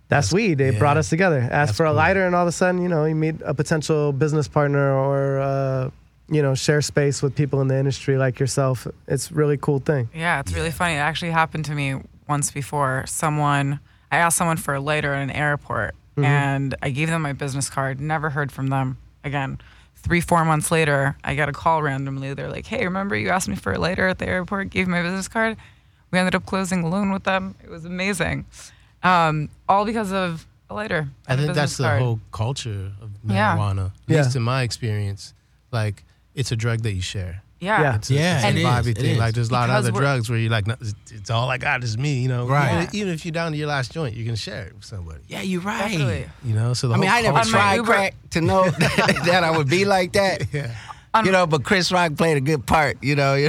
[SPEAKER 2] that's, weed they brought
[SPEAKER 3] yeah.
[SPEAKER 2] us together asked for a
[SPEAKER 3] cool.
[SPEAKER 2] lighter and all of a sudden you know you meet a potential business partner or uh you know, share space with people in the industry like yourself. It's a really cool thing.
[SPEAKER 5] Yeah, it's really funny. It actually happened to me once before. Someone, I asked someone for a lighter in an airport,
[SPEAKER 3] Mm-hmm.
[SPEAKER 5] and I gave them my business card. Never heard from them again. Three, four months later, I got a call randomly. They're like, "Hey, remember you asked me for a lighter at the airport? Gave you my business card. We ended up closing a loan with them. It was amazing, um, all because of a lighter."
[SPEAKER 3] I
[SPEAKER 5] and a
[SPEAKER 3] think that's
[SPEAKER 5] business
[SPEAKER 3] the
[SPEAKER 5] card.
[SPEAKER 3] whole culture of
[SPEAKER 5] Yeah.
[SPEAKER 3] marijuana. At
[SPEAKER 2] Yeah.
[SPEAKER 3] least in my experience, like it's a drug that you share.
[SPEAKER 5] Yeah.
[SPEAKER 2] Yeah.
[SPEAKER 3] It's a,
[SPEAKER 7] Yeah,
[SPEAKER 3] it's a
[SPEAKER 7] it is,
[SPEAKER 3] vibey
[SPEAKER 7] it
[SPEAKER 3] thing.
[SPEAKER 7] is.
[SPEAKER 3] Like there's a lot of
[SPEAKER 5] Because
[SPEAKER 3] other
[SPEAKER 5] we're-
[SPEAKER 3] drugs where you're like, no, it's, it's all I got is me. You know,
[SPEAKER 7] Right.
[SPEAKER 3] Even, even if you're down to your last joint, you can share it with somebody.
[SPEAKER 7] Yeah, you're right.
[SPEAKER 5] Definitely.
[SPEAKER 3] You know, so the
[SPEAKER 7] I mean,
[SPEAKER 3] whole
[SPEAKER 7] I never
[SPEAKER 5] On
[SPEAKER 3] culture-
[SPEAKER 5] my
[SPEAKER 7] tried
[SPEAKER 5] Uber-
[SPEAKER 7] crack to know <laughs> that I would be like <laughs> that. You know, but Chris Rock played a good part. You know, <laughs>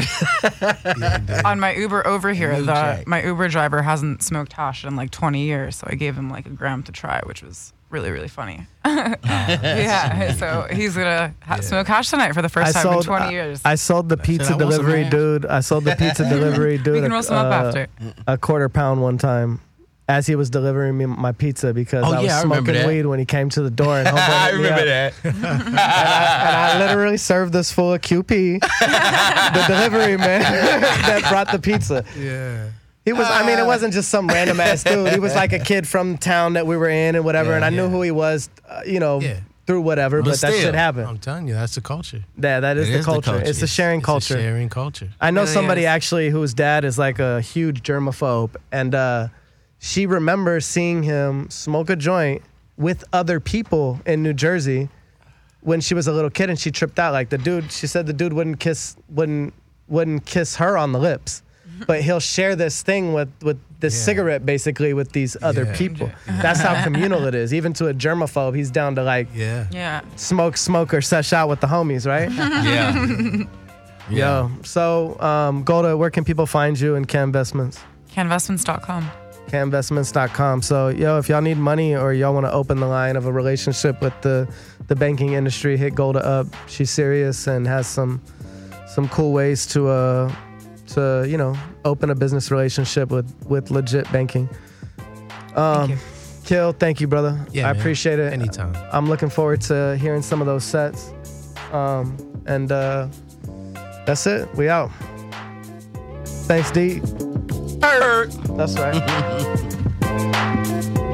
[SPEAKER 5] on my Uber over here,
[SPEAKER 7] New
[SPEAKER 5] the,
[SPEAKER 7] Jack.
[SPEAKER 5] my Uber driver hasn't smoked hash in like 20 years, so I gave him like a gram to try, which was really really funny. <laughs> yeah, so he's gonna ha- smoke hash tonight for the first time in 20
[SPEAKER 2] I, uh,
[SPEAKER 5] years.
[SPEAKER 2] I sold the pizza
[SPEAKER 7] I want some
[SPEAKER 2] delivery
[SPEAKER 7] hash.
[SPEAKER 2] dude. I sold the pizza
[SPEAKER 7] <laughs>
[SPEAKER 2] delivery dude.
[SPEAKER 5] we can
[SPEAKER 2] a-
[SPEAKER 5] roll some up
[SPEAKER 2] uh,
[SPEAKER 5] after.
[SPEAKER 2] a quarter pound one time as he was delivering me my pizza because
[SPEAKER 7] Oh,
[SPEAKER 2] I was
[SPEAKER 7] yeah, I remember
[SPEAKER 2] smoking
[SPEAKER 7] that.
[SPEAKER 2] weed when he came to the door.
[SPEAKER 7] <laughs>
[SPEAKER 2] And I
[SPEAKER 7] that.
[SPEAKER 2] And I literally served this fool a
[SPEAKER 7] <laughs>
[SPEAKER 2] QP, the delivery man <laughs> that brought the pizza.
[SPEAKER 3] Yeah.
[SPEAKER 2] He was, I mean, it wasn't just some random ass dude. He was like a kid from town that we were in and whatever.
[SPEAKER 3] Yeah,
[SPEAKER 2] and I knew
[SPEAKER 3] yeah.
[SPEAKER 2] who he was, uh, you know,
[SPEAKER 3] Yeah.
[SPEAKER 2] through whatever, but, that
[SPEAKER 7] still, um,
[SPEAKER 2] shit
[SPEAKER 3] I'm
[SPEAKER 2] happened.
[SPEAKER 3] telling you, that's the culture.
[SPEAKER 2] Yeah, that is,
[SPEAKER 7] It
[SPEAKER 2] the,
[SPEAKER 7] is the
[SPEAKER 2] culture.
[SPEAKER 7] culture.
[SPEAKER 2] It's the
[SPEAKER 7] It's-
[SPEAKER 2] sharing
[SPEAKER 3] It's a
[SPEAKER 2] culture.
[SPEAKER 3] sharing culture.
[SPEAKER 2] I know
[SPEAKER 5] Really
[SPEAKER 2] somebody
[SPEAKER 5] is.
[SPEAKER 2] actually whose dad is like a huge germaphobe, and uh, she remembers seeing him smoke a joint with other people in New Jersey when she was a little kid, and she tripped out. Like the dude, she said the dude wouldn't kiss wouldn't wouldn't kiss her on the
[SPEAKER 3] <laughs>
[SPEAKER 2] lips, but he'll share this thing with with this
[SPEAKER 3] Yeah.
[SPEAKER 2] cigarette basically with these other
[SPEAKER 3] Yeah.
[SPEAKER 2] people. That's
[SPEAKER 3] <laughs>
[SPEAKER 2] how communal it is. Even to a germaphobe, he's down to like
[SPEAKER 3] Yeah.
[SPEAKER 5] Yeah,
[SPEAKER 2] smoke, smoke, or sesh out with the homies, right?
[SPEAKER 7] Yeah.
[SPEAKER 2] <laughs> Yo, so um, Golda, where can people find you and Cam Investments?
[SPEAKER 5] canvestments.com.
[SPEAKER 2] CamInvestments.com. So, yo, if y'all need money or y'all want to open the line of a relationship with the, the banking industry, hit Golda up. She's serious and has some some cool ways to uh to you know open a business relationship with with legit banking. Um,
[SPEAKER 5] Thank you.
[SPEAKER 2] Kill, thank you, brother.
[SPEAKER 3] Yeah,
[SPEAKER 2] I
[SPEAKER 3] man.
[SPEAKER 2] appreciate it.
[SPEAKER 3] Anytime.
[SPEAKER 2] I'm looking forward to hearing some of those sets. Um, and uh, that's it. We out. Thanks, D. That's right.